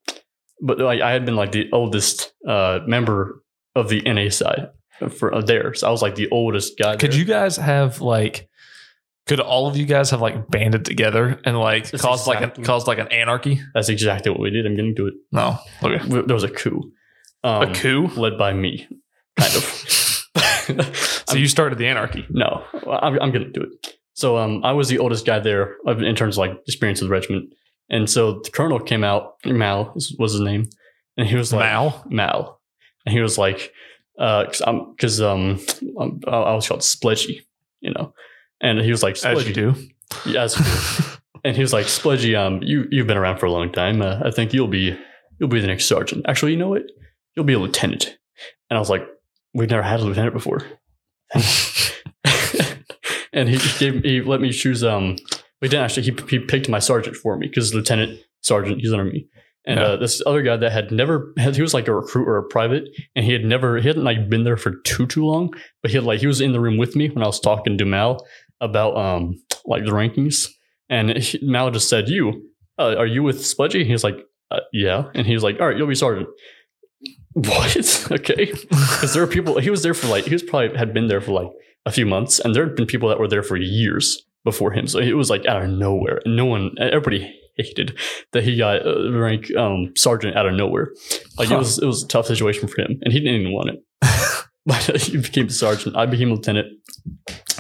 [SPEAKER 2] but like I had been like the oldest uh member of the NA side for uh, there, so I was like the oldest guy.
[SPEAKER 1] could
[SPEAKER 2] there.
[SPEAKER 1] you guys have like Could all of you guys have like banded together and like
[SPEAKER 2] That's
[SPEAKER 1] caused like
[SPEAKER 2] exactly-
[SPEAKER 1] a, caused like an anarchy?
[SPEAKER 2] That's exactly what we did. I'm getting to it.
[SPEAKER 1] No. Okay.
[SPEAKER 2] W- There was a coup. Um,
[SPEAKER 1] a coup.
[SPEAKER 2] led by me, kind of.
[SPEAKER 1] (laughs) So you started the anarchy.
[SPEAKER 2] No, I'm, I'm going to do it. So um, I was the oldest guy there of- in terms of like experience of the regiment. And so the colonel came out, Mal is- was his name, and he was like,
[SPEAKER 1] (laughs) Mal.
[SPEAKER 2] Mal. And he was like, because I'm, cause, um, I'm, I I was called Spledgy, you know. And he was like,
[SPEAKER 1] As you do.
[SPEAKER 2] Yes. and he was like, Spledgy, um, you, you've been around for a long time. Uh, I think you'll be, you'll be the next sergeant. Actually, you know what? You'll be a lieutenant. And I was like, we've never had a lieutenant before. (laughs) and he gave, he let me choose, um, we didn't actually, he, he picked my sergeant for me because lieutenant, sergeant, he's under me. And
[SPEAKER 1] Yeah.
[SPEAKER 2] uh, this other guy that had never, had, he was like a recruit or a private, and he had never, he hadn't like been there for too, too long, but he had like, he was in the room with me when I was talking to Mal about, um, like the rankings. And he, Mal just said, "You uh, are you with Spudgy?" He's like, uh, "Yeah," and he's like, "All right, you'll be sergeant." (laughs) What? (laughs) okay, because there are people. He was there for like he was probably had been there for like a few months, and there had been people that were there for years before him. So it was like out of nowhere. No one, everybody hated that he got uh, rank um, sergeant out of nowhere. Like
[SPEAKER 1] Huh.
[SPEAKER 2] it was it was a tough situation for him, and he didn't even want it. (laughs) But he became sergeant. I became lieutenant.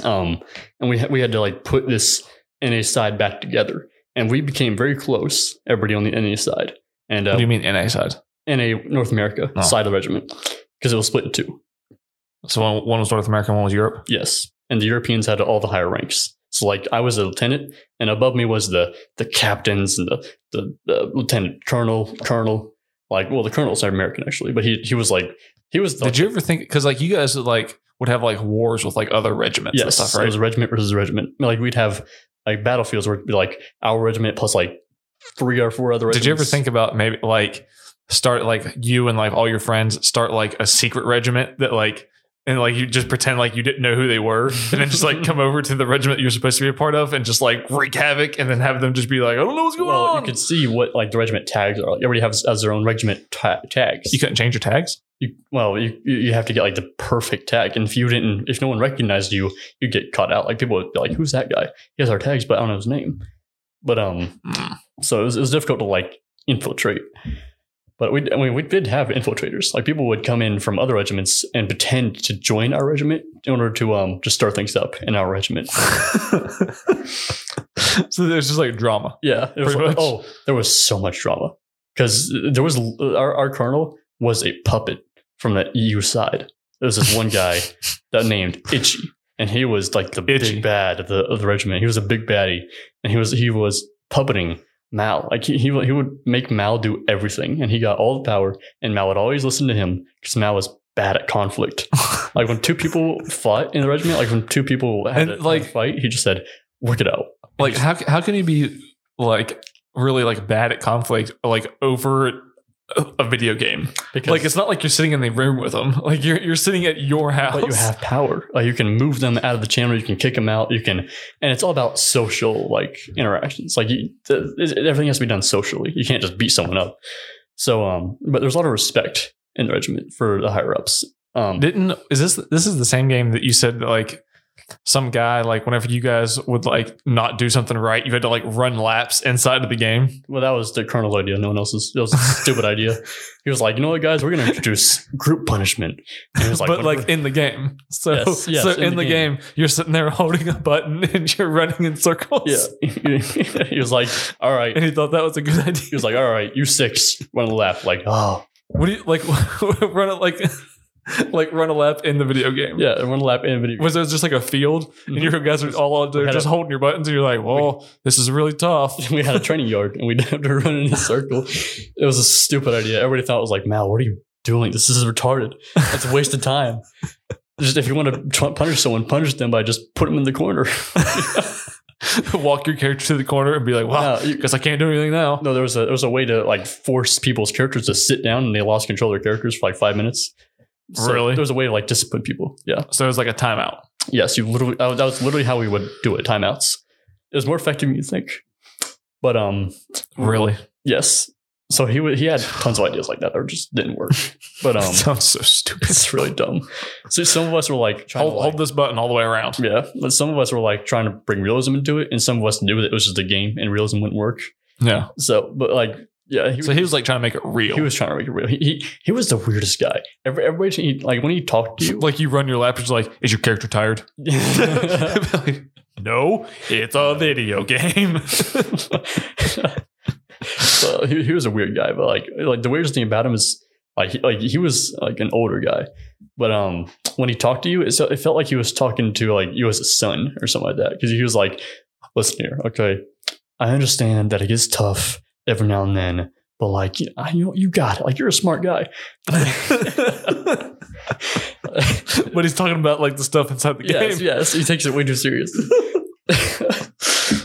[SPEAKER 2] Um, and we had, we had to like put this NA side back together, and we became very close. Everybody on the NA side and
[SPEAKER 1] What do
[SPEAKER 2] uh,
[SPEAKER 1] you mean NA side?
[SPEAKER 2] NA North America
[SPEAKER 1] Oh.
[SPEAKER 2] side of the regiment because it was split in two.
[SPEAKER 1] So one, one was North America, one was Europe.
[SPEAKER 2] Yes, and the Europeans had all the higher ranks. So like I was a lieutenant, and above me was the the captains and the the, the lieutenant colonel colonel. Like well, the colonel's not American actually, but he he was like he was the
[SPEAKER 1] Did you ever think because like you guys would, like would have like wars with like other regiments
[SPEAKER 2] yes,
[SPEAKER 1] and stuff,
[SPEAKER 2] it
[SPEAKER 1] right?
[SPEAKER 2] was regiment versus regiment. Like we'd have like battlefields where it'd be like our regiment plus like three or four other.
[SPEAKER 1] Did you ever
[SPEAKER 2] regiments.
[SPEAKER 1] think about maybe like start like you and like all your friends start like a secret regiment that like and like you just pretend like you didn't know who they were and then just (laughs) like come over to the regiment you're supposed to be a part of and just like wreak havoc and then have them just be like, I don't know what's going
[SPEAKER 2] well,
[SPEAKER 1] on.
[SPEAKER 2] you could see what like the regiment tags are. Like, everybody has, has their own regiment ta- tags.
[SPEAKER 1] you couldn't change your tags?
[SPEAKER 2] You- well, you you you have to get like the perfect tag, and if you didn't, if no one recognized you, you get caught out. Like people would be like, "Who's that guy? He has our tags, but I don't know his name." But um,
[SPEAKER 1] Mm.
[SPEAKER 2] so it was, it was difficult to like infiltrate. But we, I mean, we did have infiltrators. Like people would come in from other regiments and pretend to join our regiment in order to um just stir things up in
[SPEAKER 1] (laughs)
[SPEAKER 2] our regiment.
[SPEAKER 1] so there's just like drama.
[SPEAKER 2] Yeah, it was
[SPEAKER 1] Pretty
[SPEAKER 2] like-
[SPEAKER 1] much.
[SPEAKER 2] oh, there was so much drama because there was our, our colonel was a puppet from the EU side. There was this
[SPEAKER 1] (laughs)
[SPEAKER 2] one guy that named Itchy, and he was like the
[SPEAKER 1] Itchy.
[SPEAKER 2] big bad of the of the regiment. He was a big baddie, and he was he was puppeting Mal. Like he he, would- he would make Mal do everything, and he got all the power. And Mal would always listen to him because Mal was bad at conflict. like when two people fought in the regiment, like when two people had
[SPEAKER 1] And,
[SPEAKER 2] a- had a
[SPEAKER 1] like-
[SPEAKER 2] fight, he just said, "Work it out."
[SPEAKER 1] Like how how can you be like really like bad at conflict like over a- a video game?
[SPEAKER 2] Because
[SPEAKER 1] Like it's not like you're sitting in the room with them. Like you're you're sitting at your house.
[SPEAKER 2] But you have power. Like you can move them out of the channel. You can kick them out. You can, and it's all about social like interactions. Like you, th- it- everything has to be done socially. You can't just beat someone up. So, um, but there's a lot of respect in the regiment for the higher ups. Um,
[SPEAKER 1] Didn't is this this is the same game that you said that like some guy like whenever you guys would like not do something right, you had to like run laps inside of the game.
[SPEAKER 2] well, that was the colonel's idea. No one else's. That was a stupid idea. He was like, you know what, guys, we're gonna introduce group punishment. And he was like,
[SPEAKER 1] but
[SPEAKER 2] "Whatever."
[SPEAKER 1] like in the game. So
[SPEAKER 2] Yes, yes,
[SPEAKER 1] so in, the, game. you're sitting there (laughs) holding a button and you're running in circles.
[SPEAKER 2] yeah, (laughs) he was like, all right.
[SPEAKER 1] And he thought that was a good (laughs)
[SPEAKER 2] He
[SPEAKER 1] idea.
[SPEAKER 2] was like, all right, you six, run left. Like, oh,
[SPEAKER 1] What do you like (laughs) run a, like (laughs) like run a lap in the video game?
[SPEAKER 2] yeah, and one lap in video.
[SPEAKER 1] Was there just like a field and you guys are all out there
[SPEAKER 2] We had
[SPEAKER 1] just
[SPEAKER 2] a-
[SPEAKER 1] holding your buttons and you're like, Well, this is really tough. (laughs)
[SPEAKER 2] (laughs) we (laughs) had a training yard and we'd have to run in a circle. It was a stupid idea. Everybody thought it was like, Mal, what are you doing? This is retarded. It's a waste of time. (laughs) Just if you want to tr- punish someone, punish them by just put them in the corner. (laughs)
[SPEAKER 1] Walk your character to the corner and be like, Wow,
[SPEAKER 2] No, you-
[SPEAKER 1] because I can't do anything now.
[SPEAKER 2] no, there was a there was a way to like force people's characters to sit down and they lost control of their characters for like five minutes.
[SPEAKER 1] Really?
[SPEAKER 2] There was a way to like discipline people. Yeah.
[SPEAKER 1] So it was like a timeout.
[SPEAKER 2] Yes, you literally that was- that was literally how we would do it.
[SPEAKER 1] (laughs)
[SPEAKER 2] Timeouts. It was more effective than you think. But um
[SPEAKER 1] Really?
[SPEAKER 2] Yes. So he wa-
[SPEAKER 1] (sighs)
[SPEAKER 2] he had tons of ideas like that that just didn't work. But um,
[SPEAKER 1] sounds (laughs) so stupid.
[SPEAKER 2] it's really dumb. So some of us were like trying
[SPEAKER 1] Hold,
[SPEAKER 2] to like,
[SPEAKER 1] hold this button all the way around.
[SPEAKER 2] yeah, but some of us were like trying to bring realism into it, and some of us knew that it was just a game and realism wouldn't work.
[SPEAKER 1] Yeah.
[SPEAKER 2] So, but like yeah, he,
[SPEAKER 1] So he was like trying to make it real.
[SPEAKER 2] he was trying to make it real. He he, he was the weirdest guy. Every, everybody he, like when he talked to you,
[SPEAKER 1] like you run your lap, it's like, is your character tired? (laughs) Like, no, it's a video (laughs) game.
[SPEAKER 2] (laughs) so he, he was a weird guy, but like like the weirdest thing about him is like he, like he was like an older guy, but um when he talked to you, it, it felt like he was talking to like you as a son or something like that because he was like, listen here, okay, I understand that it gets tough every now and then, but like you, I, you, you got it, like you're a smart guy.
[SPEAKER 1] but he's talking about like the stuff inside the
[SPEAKER 2] (laughs) yes,
[SPEAKER 1] game.
[SPEAKER 2] yes, he takes it way too serious. (laughs) but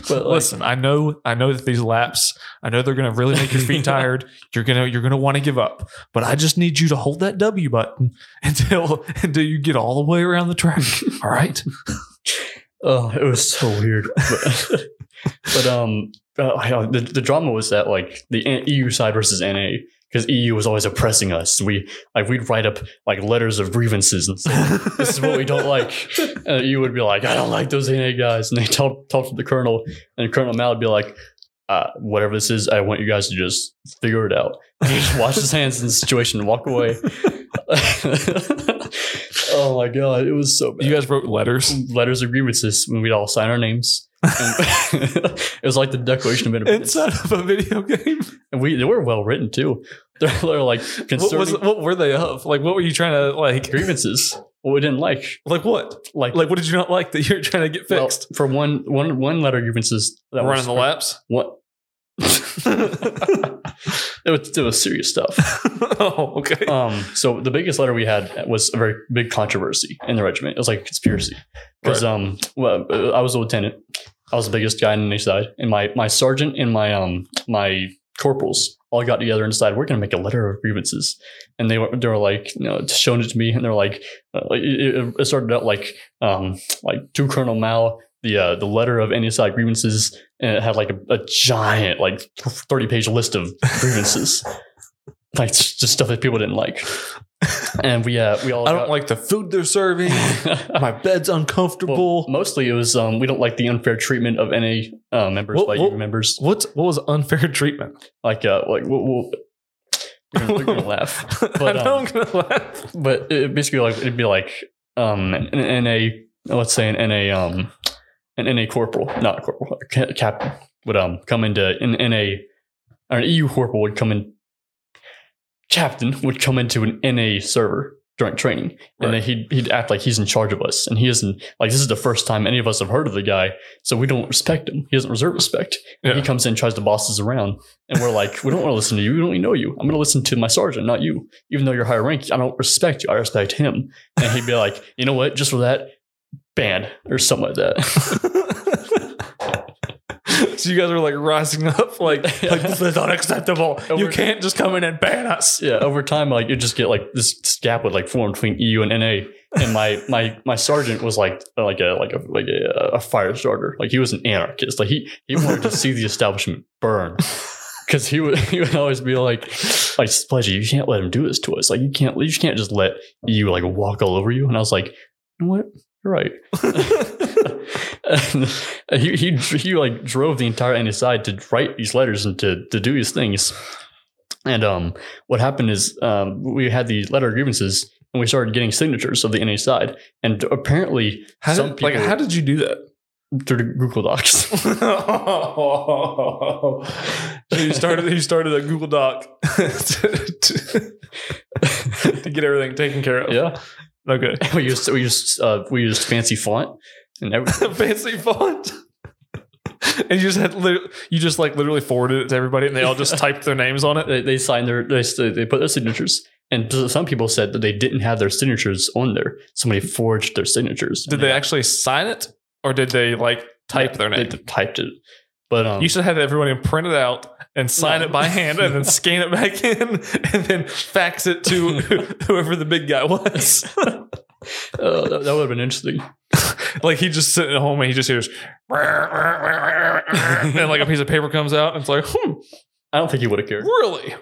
[SPEAKER 2] like,
[SPEAKER 1] Listen, I know, I know that these laps, I know they're gonna really make your
[SPEAKER 2] (laughs)
[SPEAKER 1] feet tired. You're gonna, you're gonna want to give up. But I just need you to hold that W button (laughs) until until you get all the way around the track. All right.
[SPEAKER 2] Oh, it was so weird. but, (laughs) but, um, uh, yeah, the, the drama was that like the N- EU side versus NA because EU was always oppressing us. We like we'd write up like letters of grievances and say, (laughs) this is what we don't like. And EU would be like, I don't like those NA guys, and they talk talk to the colonel, and Colonel Mal would be like. Uh, whatever this is, I want you guys to just figure it out. He just washed his hands in the situation and walk away. (laughs) oh my god, it was so bad
[SPEAKER 1] You guys wrote letters.
[SPEAKER 2] letters of grievances when we'd all sign our names. And (laughs) it was like the Declaration of Independence.
[SPEAKER 1] Inside of a video game,
[SPEAKER 2] and we they were well written too. (laughs) They're, they're like
[SPEAKER 1] what,
[SPEAKER 2] (laughs) concerning
[SPEAKER 1] was, what were they of? Like, what were you trying to like?
[SPEAKER 2] grievances. What we didn't like,
[SPEAKER 1] Like what?
[SPEAKER 2] like,
[SPEAKER 1] Like what did you not like that you're trying to get
[SPEAKER 2] well,
[SPEAKER 1] fixed?
[SPEAKER 2] for one one one letter grievances that
[SPEAKER 1] Running
[SPEAKER 2] was
[SPEAKER 1] the laps.
[SPEAKER 2] (laughs)
[SPEAKER 1] (laughs)
[SPEAKER 2] One, it, was, it was serious stuff.
[SPEAKER 1] oh, okay.
[SPEAKER 2] (laughs) Um, so the biggest letter we had was a very big controversy in the regiment. It was like a conspiracy because um, well, uh, I was a lieutenant. I was the biggest guy on the side, and my my sergeant and my um my corporals all got together and decided we're going to make a letter of grievances. And they were they were like, you know, showing it to me, and they're like, uh, like, it, it- it started out like um like to Colonel Mao. The, uh, the letter of any side grievances and it had like a, a giant like 30 page list of
[SPEAKER 1] (laughs)
[SPEAKER 2] grievances like just stuff that people didn't like and we uh we all
[SPEAKER 1] I don't
[SPEAKER 2] got-
[SPEAKER 1] like the food they're
[SPEAKER 2] (laughs)
[SPEAKER 1] serving. My bed's uncomfortable.
[SPEAKER 2] well, mostly it was um we don't like the unfair treatment of any uh, members
[SPEAKER 1] What-
[SPEAKER 2] by
[SPEAKER 1] what-
[SPEAKER 2] you members
[SPEAKER 1] What's what was unfair (laughs)
[SPEAKER 2] (laughs)
[SPEAKER 1] treatment?
[SPEAKER 2] like uh like we'll, we'll, we're, gonna,
[SPEAKER 1] (laughs)
[SPEAKER 2] we're gonna laugh
[SPEAKER 1] I
[SPEAKER 2] (laughs) But,
[SPEAKER 1] know
[SPEAKER 2] um,
[SPEAKER 1] I'm gonna laugh.
[SPEAKER 2] but it basically like it'd be like um an an NA let's say an NA um an NA corporal not corporal ca- captain would um come into an NA or an EU corporal would come in captain would come into an NA server during training and then he'd he'd act like he's in charge of us and he isn't like this is the first time any of us have heard of the guy so we don't respect him he doesn't deserve respect
[SPEAKER 1] Yeah.
[SPEAKER 2] he comes in tries to boss us around and we're like we don't want to listen to you we don't even know you I'm gonna listen to my sergeant not you even though you're higher rank, I don't respect you. I respect him. And he'd be like, you know what? Just for that, ban or something
[SPEAKER 1] (laughs)
[SPEAKER 2] like that.
[SPEAKER 1] (laughs) so you guys were like rising up,
[SPEAKER 2] (laughs)
[SPEAKER 1] like like this is unacceptable.
[SPEAKER 2] And
[SPEAKER 1] You
[SPEAKER 2] we're-
[SPEAKER 1] can't just come in and ban
[SPEAKER 2] (laughs)
[SPEAKER 1] us.
[SPEAKER 2] yeah. Over time, like you just get like this, this gap would like form between EU and NA. And my my my sergeant was like like a like a like a, a fire starter. Like he was an anarchist. Like he he wanted to see the establishment burn. Cause he would he would always be like like Spudgy, you can't let him do this to us. Like you can't you can't just let EU like walk all over you. And I was like, you know what? You're right. and he, he he like drove the entire NSI to write these letters and to to do these things. And um, what happened is um, we had the letter of grievances and we started getting signatures of the NA side. And apparently
[SPEAKER 1] How
[SPEAKER 2] Some
[SPEAKER 1] did, like
[SPEAKER 2] people-
[SPEAKER 1] how did you do that? (laughs)
[SPEAKER 2] through the Google Docs.
[SPEAKER 1] so you started you started a Google Doc (laughs) to, to- to get everything taken care of.
[SPEAKER 2] yeah.
[SPEAKER 1] Okay.
[SPEAKER 2] (laughs) We used we used uh, we used fancy font and everything.
[SPEAKER 1] fancy font. And you just had lit- you just like literally forwarded it to everybody, and they all
[SPEAKER 2] (laughs)
[SPEAKER 1] just typed their names on it.
[SPEAKER 2] They, they signed their they, they put their signatures. And some people said that they didn't have their signatures on there. Somebody forged their signatures.
[SPEAKER 1] Did they actually sign it, or did they like type their
[SPEAKER 2] They
[SPEAKER 1] name?
[SPEAKER 2] typed it. But um,
[SPEAKER 1] You should have had everyone print it out and sign
[SPEAKER 2] No.
[SPEAKER 1] it by hand, and
[SPEAKER 2] (laughs)
[SPEAKER 1] then scan it back in, and then fax it to whoever the big guy
[SPEAKER 2] (laughs)
[SPEAKER 1] was.
[SPEAKER 2] Uh, that, that would have been interesting.
[SPEAKER 1] like he just sitting at (laughs) home and he just hears, and like a piece of paper comes out, and it's like, hmm,
[SPEAKER 2] I don't think he would have (laughs) cared
[SPEAKER 1] Really?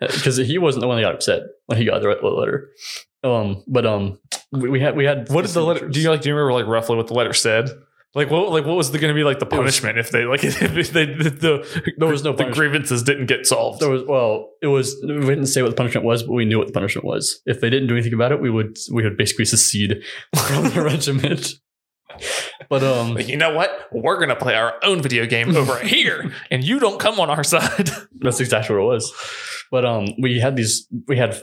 [SPEAKER 2] because he wasn't the one that got upset when he got the letter. Um, but um, we, we had we had
[SPEAKER 1] What did the letter? Do you like? Do you remember like roughly what the letter said? Like what? Like what was going to be like the
[SPEAKER 2] was-
[SPEAKER 1] punishment if they like (laughs) if they the, the
[SPEAKER 2] There was no
[SPEAKER 1] the
[SPEAKER 2] punishment.
[SPEAKER 1] grievances didn't get solved?
[SPEAKER 2] There was well, it was we didn't say what the punishment was, but we knew what the punishment was. If they didn't do anything about it, we would we would basically (laughs) secede from the regiment. But um,
[SPEAKER 1] Like, you know what? We're gonna play our own video game over here, and you don't come on our side. (laughs)
[SPEAKER 2] That's exactly what it was. But um, we had these, we had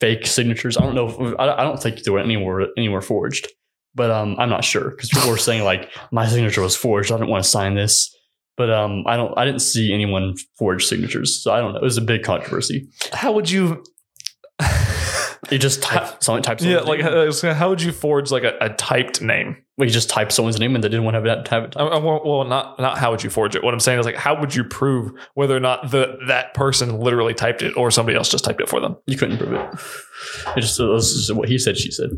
[SPEAKER 2] fake signatures. I don't know. If, I, I don't think they were anywhere anywhere forged. But um, I'm not sure because people were saying like my signature was forged. I didn't want to sign this. But um, I don't. I didn't see anyone forge signatures, so I don't know. It was a big controversy.
[SPEAKER 1] How would you?
[SPEAKER 2] You just type someone types.
[SPEAKER 1] (laughs) yeah,
[SPEAKER 2] someone's
[SPEAKER 1] like
[SPEAKER 2] name.
[SPEAKER 1] uh, I was gonna- how would you forge like a, a typed name?
[SPEAKER 2] we just type someone's name and they didn't want to have it. Have it
[SPEAKER 1] I, I- well, well, not not how would you forge it. What I'm saying is like how would you prove whether or not the that person literally typed it or somebody else just typed it for them?
[SPEAKER 2] you couldn't prove it. It just it was just what he said. She said.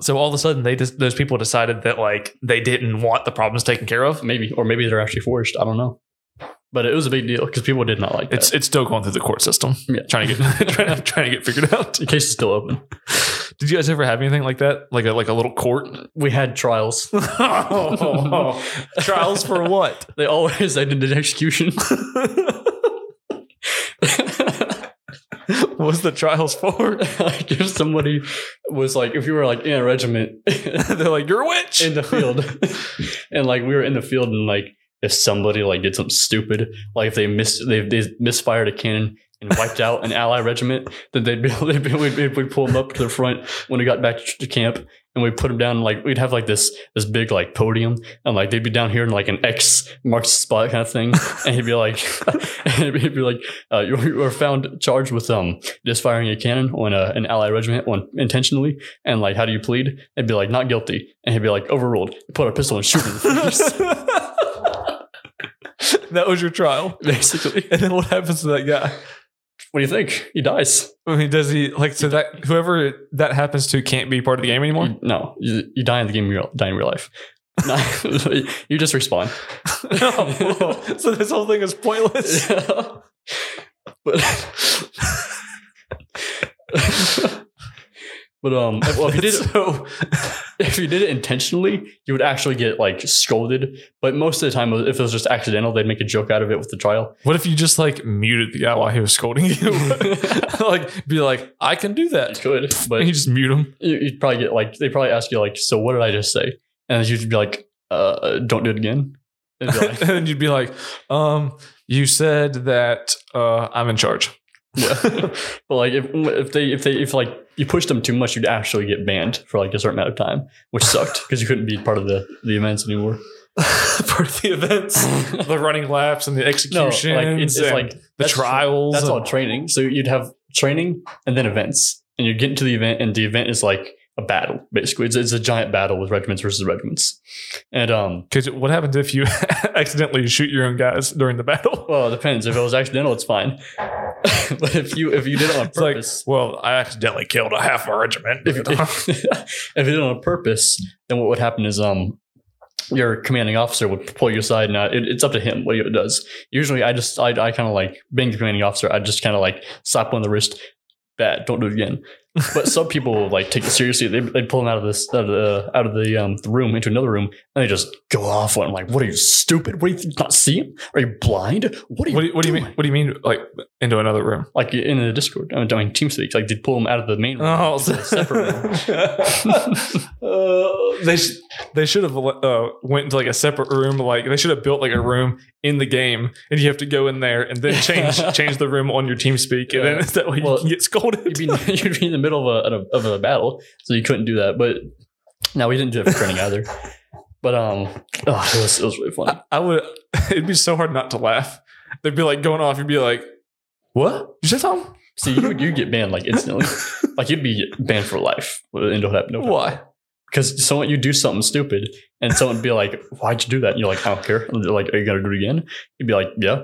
[SPEAKER 1] So all of a sudden, they just, those people decided that like they didn't want the problems taken care of.
[SPEAKER 2] Maybe or maybe they're actually forged. I don't know. But it was a big deal because people did not like that.
[SPEAKER 1] It's it's still going through the court system,
[SPEAKER 2] Yeah.
[SPEAKER 1] trying to (laughs) get trying, to, trying to get figured out.
[SPEAKER 2] The case is still open.
[SPEAKER 1] Did you guys ever have anything like that, like a like a little court?
[SPEAKER 2] We had (laughs) trials.
[SPEAKER 1] (laughs) Trials for what?
[SPEAKER 2] They always ended in (laughs) execution.
[SPEAKER 1] What was the trials for?
[SPEAKER 2] like if somebody was like, if you were like in a regiment (laughs) in
[SPEAKER 1] (laughs) They're like, you're a witch. (laughs)
[SPEAKER 2] the (laughs) field, and like we were in the field, and like if somebody like did something stupid, like if they missed, they, they misfired a cannon and wiped out an ally regiment, then they'd be, (laughs) they'd be we'd, we'd pull them up to the front when we got back to camp, and we put them down. Like we'd have like this this big like podium, and like they'd be down here in like an X marks the spot kind of thing, and he'd be like, (laughs) and he'd be like, uh, you you were found charged with um disfiring a cannon on a, an ally regiment on intentionally, and like how do you plead? They'd be like not guilty, and he'd be like overruled. Put a pistol and shoot him
[SPEAKER 1] (laughs)
[SPEAKER 2] in the face, (laughs)
[SPEAKER 1] that was your trial.
[SPEAKER 2] basically.
[SPEAKER 1] And then what happens to that guy?
[SPEAKER 2] What do you think? He dies.
[SPEAKER 1] I mean, does he like so that whoever that happens to can't be part of the game anymore?
[SPEAKER 2] You- no, you, you die in the game. You die in real life. (laughs) No, (laughs) you just respawn.
[SPEAKER 1] No. (laughs) so this whole thing is pointless.
[SPEAKER 2] but (laughs) but um well, if you did
[SPEAKER 1] so
[SPEAKER 2] if you did it intentionally you would actually get like scolded but most of the time if it was just accidental they'd make a joke out of it with the trial
[SPEAKER 1] what if you just like muted the guy while he was scolding (laughs) you? like be like, I can do
[SPEAKER 2] you
[SPEAKER 1] that.
[SPEAKER 2] could
[SPEAKER 1] (laughs)
[SPEAKER 2] but
[SPEAKER 1] And you just mute him.
[SPEAKER 2] you- you'd probably get like they probably ask you like so what did i just say and you'd be like uh don't do it again and be
[SPEAKER 1] and
[SPEAKER 2] like,
[SPEAKER 1] then you'd be like, um, you said that uh, I'm in (laughs) charge.
[SPEAKER 2] yeah. (laughs) but like if, if they if they if like you pushed them too much you'd actually get banned for like a certain amount of time which sucked because you couldn't be part of the the events anymore
[SPEAKER 1] part of the events, (laughs) the running laps and the executions,
[SPEAKER 2] it's- it's
[SPEAKER 1] and
[SPEAKER 2] like-
[SPEAKER 1] the
[SPEAKER 2] that's-
[SPEAKER 1] trials.
[SPEAKER 2] That's
[SPEAKER 1] and-
[SPEAKER 2] all training. So you'd have training and then events, and you get into the event, and the event is like a battle. Basically, it's, it's a giant battle with regiments versus regiments. And um,
[SPEAKER 1] Because what happens if you (laughs) accidentally shoot your own guys during the (laughs) battle?
[SPEAKER 2] well, it depends. If it was accidental, it's fine. (laughs) but if you if you did it on
[SPEAKER 1] It's like,
[SPEAKER 2] purpose,
[SPEAKER 1] well, I accidentally killed a half a regiment. (laughs)
[SPEAKER 2] if, if, (laughs) if you did it on purpose, then what would happen is um. Your commanding officer would pull you aside, and uh, it, it's up to him what he does. Usually, I just, I, I kind of like being the commanding officer. I just kind of like slap one on the wrist, bad, don't do it again.
[SPEAKER 1] (laughs)
[SPEAKER 2] but some people like take it seriously. They they pull him out of this out of the out of the um the room into another room and they just go off on him. Like, what are you stupid? What do you th- not see him? Are you blind? What are you?
[SPEAKER 1] what, do you, what do you mean?
[SPEAKER 2] doing?"
[SPEAKER 1] What do you mean? Like into another room?
[SPEAKER 2] Like in the Discord, I mean, I mean TeamSpeak. Like they pull him out of the main room.
[SPEAKER 1] Oh, (laughs)
[SPEAKER 2] into a separate room. (laughs)
[SPEAKER 1] uh, they sh- they should have uh, went into like a separate room. Like they should have built like a room in the game, and you have to go in there and then (laughs) change change the room on your team speak, and then (laughs)
[SPEAKER 2] Yeah.
[SPEAKER 1] that way
[SPEAKER 2] Well,
[SPEAKER 1] you can get
[SPEAKER 2] You'd
[SPEAKER 1] scolded.
[SPEAKER 2] be, you'd be in (laughs) the middle of a, of a of a battle, so you couldn't do that. But no, we didn't do it for training either. But um, oh, it was it was really funny.
[SPEAKER 1] I would. (laughs) It'd be so hard not to laugh. They'd be like going off. You'd be like, "What? You said something?
[SPEAKER 2] See, you you get banned like instantly. like you'd be banned for life. And don't have no
[SPEAKER 1] (laughs) Why?
[SPEAKER 2] because someone you do something stupid and someone would be like, "Why'd you do that?" And you're like, "I don't care." And they're like, "Are you gonna do it again?" You'd be like, "Yeah,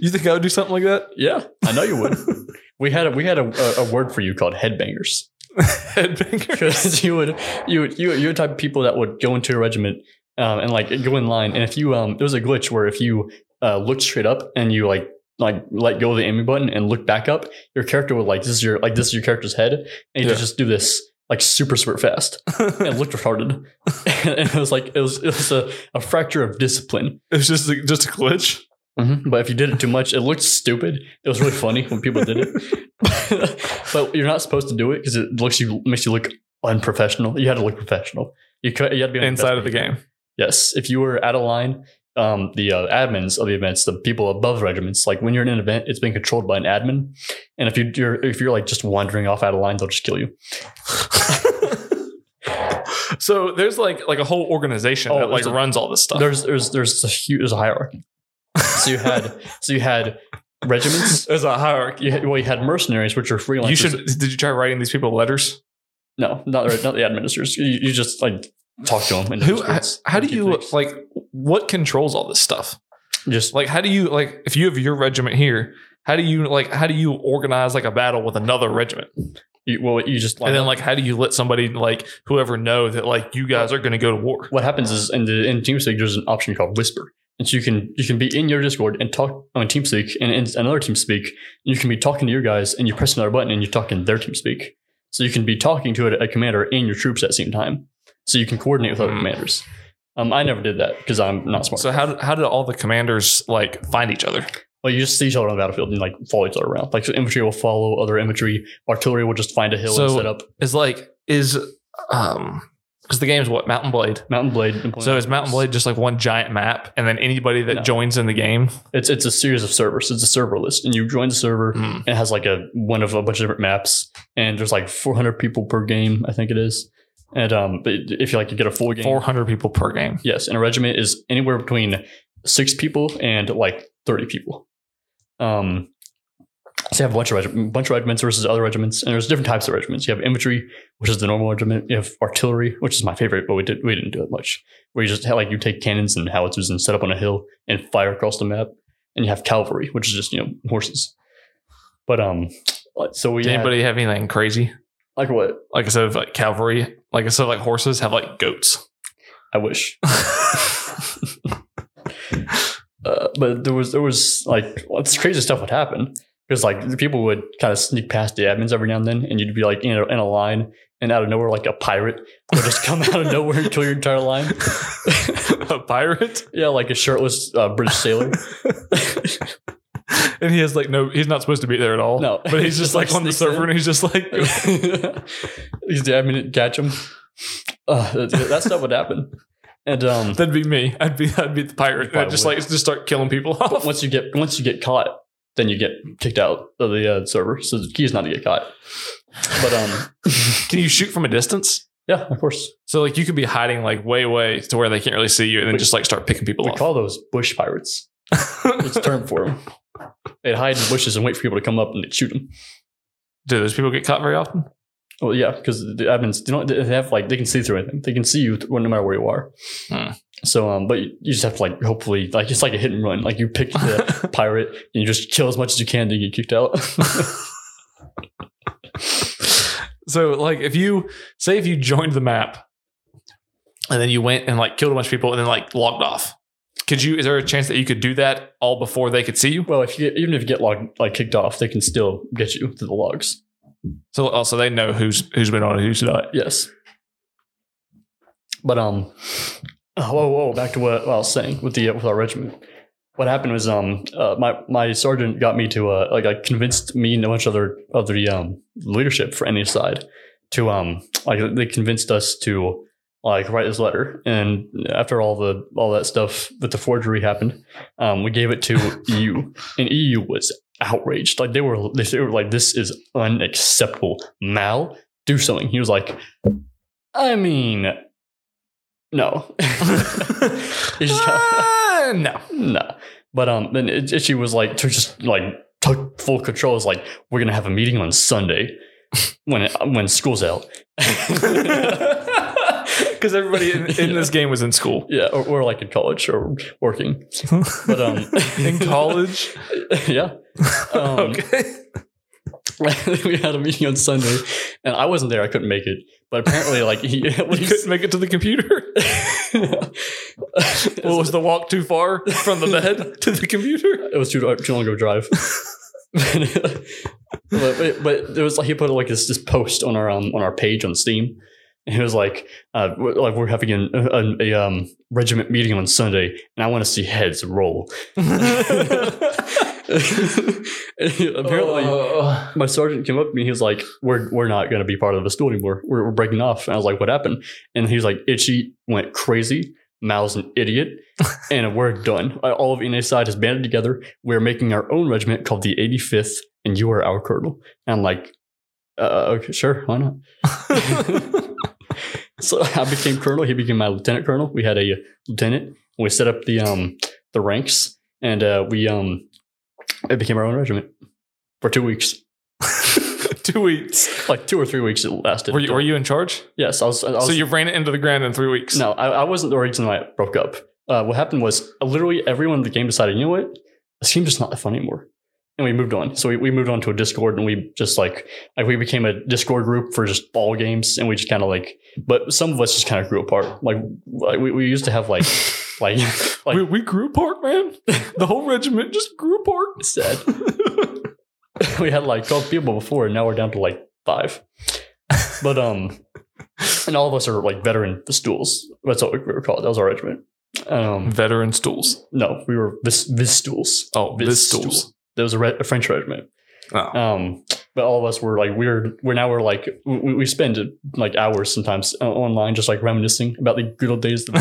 [SPEAKER 1] you think I would do something like that? (laughs)
[SPEAKER 2] yeah, I know you would." (laughs) we had a, we had a, a, a word for you called headbangers
[SPEAKER 1] Headbanger. (laughs)
[SPEAKER 2] because you would you would you you were the type of people that would go into a regiment um, and like go in line. And if you um, there was a glitch where if you uh, looked straight up and you like like let go of the aiming button and look back up, your character would like this is your like this is your character's head, and you
[SPEAKER 1] Yeah.
[SPEAKER 2] could just do this like super super fast. and it looked retarded, (laughs) and it was like it was it was a, a fracture of discipline.
[SPEAKER 1] it's just a, just a glitch.
[SPEAKER 2] Mm-hmm. But if you did it too much, it looked stupid. It was really funny when people did
[SPEAKER 1] (laughs)
[SPEAKER 2] it, but you're not supposed to do it because it looks you makes you look unprofessional. You had to look professional. You could you had to be on
[SPEAKER 1] inside of the (laughs)
[SPEAKER 2] best behavior.
[SPEAKER 1] game.
[SPEAKER 2] Yes, if you were out of line, um, the uh, admins of the events, the people above regiments, like when you're in an event, it's being controlled by an admin, and if you, you're if you're like just wandering off out of line, they'll just kill you.
[SPEAKER 1] So there's like like a whole organization
[SPEAKER 2] Oh,
[SPEAKER 1] that like
[SPEAKER 2] there's a-
[SPEAKER 1] runs all this stuff.
[SPEAKER 2] There's there's there's a huge there's a hierarchy. So
[SPEAKER 1] (laughs)
[SPEAKER 2] you had so you had regiments.
[SPEAKER 1] There's a hierarchy.
[SPEAKER 2] You had, well, you had mercenaries, which are freelancers.
[SPEAKER 1] You should. Did you try writing these people letters?
[SPEAKER 2] no, not the- not the administrators. You, you just like talk to them. And
[SPEAKER 1] Who?
[SPEAKER 2] just-
[SPEAKER 1] How, how do
[SPEAKER 2] keep
[SPEAKER 1] you
[SPEAKER 2] things-
[SPEAKER 1] like? What controls all this stuff?
[SPEAKER 2] just
[SPEAKER 1] Like, how do you like? If you have your regiment here, how do you like? How do you organize like a battle with another regiment?
[SPEAKER 2] you, well you just
[SPEAKER 1] and
[SPEAKER 2] line
[SPEAKER 1] then
[SPEAKER 2] up.
[SPEAKER 1] like, how do you let somebody like whoever know that like you guys are going to go to war?
[SPEAKER 2] what happens is in the in TeamSpeak there's an option called Whisper, and so you can you can be in your Discord and talk on TeamSpeak and in another TeamSpeak. And you can be talking to your guys, and you press another button and you talk in their TeamSpeak. So you can be talking to a, a commander and your troops at the same time. So you can coordinate with other
[SPEAKER 1] Hmm.
[SPEAKER 2] commanders. Um, I never did that because I'm not smart.
[SPEAKER 1] So how do- how do all the commanders like find each other?
[SPEAKER 2] Well, you just see each other on the battlefield and like follow each other around. Like so infantry will follow other infantry, artillery will just find a hill and
[SPEAKER 1] So-
[SPEAKER 2] set up.
[SPEAKER 1] Is like is um because the game's what Mountain Blade.
[SPEAKER 2] Mountain Blade. and-
[SPEAKER 1] So is Mountain Blade just like one giant map, and then anybody that
[SPEAKER 2] No.
[SPEAKER 1] joins in the game?
[SPEAKER 2] It's it's a series of servers. It's a server list, and you join the server. It has like a one of a bunch of different maps, and there's like 400 people per game, I think it is. And um, but if you like, you get a full game.
[SPEAKER 1] Four hundred people per game.
[SPEAKER 2] Yes, and a regiment is anywhere between six people and like 30 people. Um, so you have a bunch of reg- bunch of regiments versus other regiments, and there's different types of regiments. You have infantry, which is the normal regiment. You have artillery, which is my favorite, but we did we didn't do it much. Where you just have, like you take cannons and howitzers and set up on a hill and fire across the map. And you have cavalry, which is just you know horses. But um, so we
[SPEAKER 1] Did
[SPEAKER 2] had-
[SPEAKER 1] anybody have anything crazy?
[SPEAKER 2] like what
[SPEAKER 1] Like instead of like cavalry, like instead of like horses, have like goats.
[SPEAKER 2] I wish. Uh, but there was there was like well, this crazy stuff would happen because like the people would kind of sneak past the admins every now and then, and you'd be like in a, in a line, and out of nowhere, like a pirate would just come out of nowhere and kill your entire line.
[SPEAKER 1] a pirate,
[SPEAKER 2] Yeah, like a shirtless uh, British sailor.
[SPEAKER 1] and he has like no. He's not supposed to be there at all.
[SPEAKER 2] No,
[SPEAKER 1] but he's just like on the
[SPEAKER 2] sneaks in.
[SPEAKER 1] server, and he's just like.
[SPEAKER 2] He's the admin didn't catch him. Uh, that, that stuff would happen, and um,
[SPEAKER 1] (laughs) That'd be me. I'd be I'd be the pirate.
[SPEAKER 2] Probably
[SPEAKER 1] I'd just like just start killing people off.
[SPEAKER 2] once you get once you get caught, then you get kicked out of the uh, server. So the key is not to get caught. But um,
[SPEAKER 1] Can you shoot from a distance?
[SPEAKER 2] yeah, of course.
[SPEAKER 1] So like you could be hiding like way way to where they can't really see you, and then
[SPEAKER 2] We-
[SPEAKER 1] just like start picking people
[SPEAKER 2] We
[SPEAKER 1] off.
[SPEAKER 2] call those bush pirates. It's a term for them. They'd hide in bushes and wait for people to come up and they'd shoot them.
[SPEAKER 1] (laughs) Do those people get caught very often?
[SPEAKER 2] Well, yeah, because the admins, they don't they have like they can see through anything. They can see you th- no matter where you are.
[SPEAKER 1] Hmm.
[SPEAKER 2] So, um, but you you just have to like hopefully like it's like a hit and run. Like you pick (laughs) the pirate and you just kill as much as you can to get kicked out. (laughs)
[SPEAKER 1] so like if you say if you joined the map and then you went and like killed a bunch of people and then like logged off could you is there a chance that you could do that all before they could see you
[SPEAKER 2] well, if you get, even if you get logged like kicked off, they can still get you to the logs.
[SPEAKER 1] so also they know who's who's been on it who's not
[SPEAKER 2] Yes. But um, oh, whoa, whoa, back to what, what I was saying with the with our regiment. What happened was um, uh, my my sergeant got me to uh, like I convinced me and a bunch of other of the um leadership for any side to um like they convinced us to like write this letter and after all the all that stuff with the forgery happened um we gave it to
[SPEAKER 1] (laughs)
[SPEAKER 2] eu and eu was outraged like they were they were like this is unacceptable mal do something. He was like, I mean, no. (laughs) He's just kinda-
[SPEAKER 1] Ah, (laughs) no
[SPEAKER 2] no. But um, then it, it- she was like, to just like took full control. It's like, we're going to have a meeting on
[SPEAKER 1] (laughs)
[SPEAKER 2] Sunday when it, when school's out.
[SPEAKER 1] because everybody in, in this game was in school
[SPEAKER 2] yeah, or, or like in college or working. But um,
[SPEAKER 1] in college
[SPEAKER 2] (laughs)
[SPEAKER 1] (laughs)
[SPEAKER 2] yeah. Um,
[SPEAKER 1] okay
[SPEAKER 2] (laughs) we had a meeting on Sunday and I wasn't there. I couldn't make it. But apparently, like, he, (laughs)
[SPEAKER 1] you couldn't make it to the computer What was the walk too far from the
[SPEAKER 2] (laughs)
[SPEAKER 1] bed to the computer?
[SPEAKER 2] It was too dark, too long ago drive. (laughs) but, but, but there was like he put like this this post on our um, on our page on Steam. And it was like uh, we're- like we're having an, an, a um, regiment meeting on Sunday, and I want to see heads roll. (laughs) apparently,
[SPEAKER 1] Oh.
[SPEAKER 2] my sergeant came up to me. He was like, "We're we're not going to be part of the school anymore. We're, we're breaking off." And I was like, "What happened?" And he was like, "Itchy went crazy. Mal's an idiot,
[SPEAKER 1] (laughs)
[SPEAKER 2] and we're done. Uh, All of NA side has banded together. We're making our own regiment called the 85th, and you are our colonel." And I'm like, uh, "Okay, sure, why not?"
[SPEAKER 1] Oh.
[SPEAKER 2] (laughs) so (laughs) I became colonel. He became my lieutenant colonel. We had a uh, lieutenant. We set up the um the ranks, and uh, we um it became our own regiment for two weeks
[SPEAKER 1] (laughs) Two weeks.
[SPEAKER 2] like two or three weeks it lasted.
[SPEAKER 1] Were you, were you in charge?
[SPEAKER 2] Yes, I was. I was
[SPEAKER 1] So you ran it into the ground in three weeks.
[SPEAKER 2] no, I, I wasn't the reason why it broke up. Uh, what happened was uh, literally everyone in the game decided, you know what, this game's just not that fun anymore, and we moved on. So we, we moved on to a Discord, and we just like like we became a Discord group for just ball games, and we just kind of like, but some of us just kind of grew apart. Like, like we, we used to
[SPEAKER 1] (laughs)
[SPEAKER 2] have like like like
[SPEAKER 1] we, we grew apart,
[SPEAKER 2] (laughs)
[SPEAKER 1] man. The whole regiment just grew apart.
[SPEAKER 2] It's sad. (laughs) we had like 12 people before, and now we're down to like five. But, um, and all of us are like veteran stools. That's what we were called. That was our regiment. Um,
[SPEAKER 1] Veteran stools.
[SPEAKER 2] no, we were vis- Vistools.
[SPEAKER 1] Oh, this
[SPEAKER 2] Vistools.
[SPEAKER 1] stools.
[SPEAKER 2] That was a, re- a French regiment.
[SPEAKER 1] Oh.
[SPEAKER 2] Um, but all of us were like, weird. We're now we're like, we, we spend like hours sometimes uh, online just like reminiscing about the good old days of the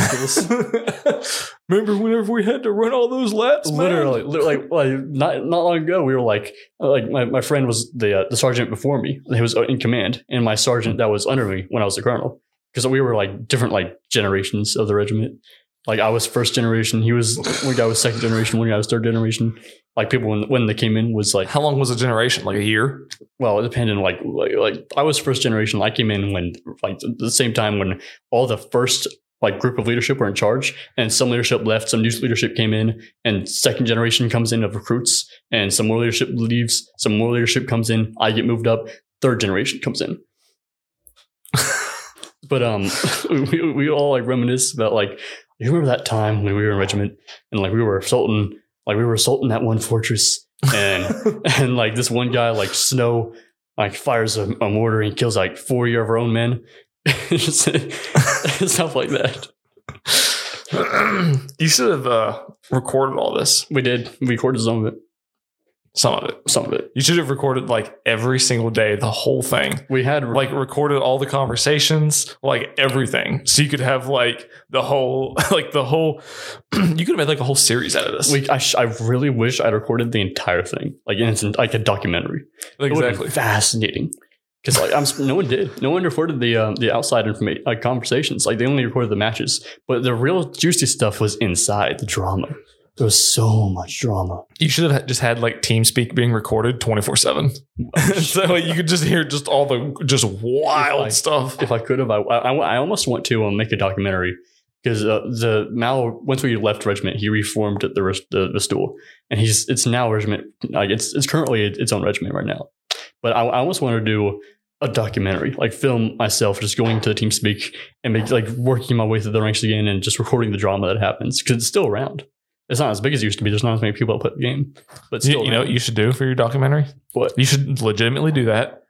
[SPEAKER 1] (laughs)
[SPEAKER 2] Vistools.
[SPEAKER 1] Remember whenever we had to run all those laps? man?
[SPEAKER 2] literally, li- like, like not not long ago, we were like, like my, my friend was the uh, the sergeant before me. He was uh, in command, and my sergeant that was under me when I was a colonel, because we were like different like generations of the regiment. Like I was first generation, he was one guy was second generation, one guy was third generation. Like people when when they came in was like,
[SPEAKER 1] How long was a generation? Like a year?
[SPEAKER 2] well, it depended. Like like, like I was first generation. I came in when like the, the same time when all the first like group of leadership were in charge, and some leadership left, some new leadership came in, and second generation comes in of recruits, and some more leadership leaves, some more leadership comes in. I get moved up. Third generation comes in. but um, (laughs) we we all like reminisce about like you remember that time when we were in regiment and like we were assaulting like we were assaulting that one fortress and and like this one guy like snow like fires a, a mortar and kills like four of our own men (laughs) Just stuff like that
[SPEAKER 1] (clears throat) you should have uh, recorded all this,
[SPEAKER 2] we did we recorded some of it
[SPEAKER 1] some of it.
[SPEAKER 2] some of it
[SPEAKER 1] You should have recorded like every single day, the whole thing.
[SPEAKER 2] we had
[SPEAKER 1] Like recorded all the conversations, like everything. So you could have like the whole, (laughs) like the whole, (clears throat) you could have made like a whole series out of this.
[SPEAKER 2] we, I, sh- I really wish I'd recorded the entire thing, like in, its like a documentary. It would've been
[SPEAKER 1] exactly.
[SPEAKER 2] fascinating. Because like I'm, s- no one did, no one recorded the um, the outside information, like conversations. Like they only recorded the matches, but the real juicy stuff was inside the drama. There was so much drama.
[SPEAKER 1] You should have just had like TeamSpeak being recorded 24 7. (laughs) So like, you could just hear just all the just wild
[SPEAKER 2] If I-
[SPEAKER 1] stuff.
[SPEAKER 2] If I could have, I, I, I almost want to um, make a documentary because uh, the Mal once we left regiment, he reformed the res- the, the stool, and he's it's now regiment like it's it's currently its own regiment right now. But I, I almost want to do a documentary, like film myself just going to the team speak and make like working my way through the ranks again and just recording the drama that happens because it's still around. It's not as big as it used to be. There's not as many people that play the game, but
[SPEAKER 1] You,
[SPEAKER 2] still,
[SPEAKER 1] you know what you should do for your documentary?
[SPEAKER 2] What?
[SPEAKER 1] You should legitimately do that.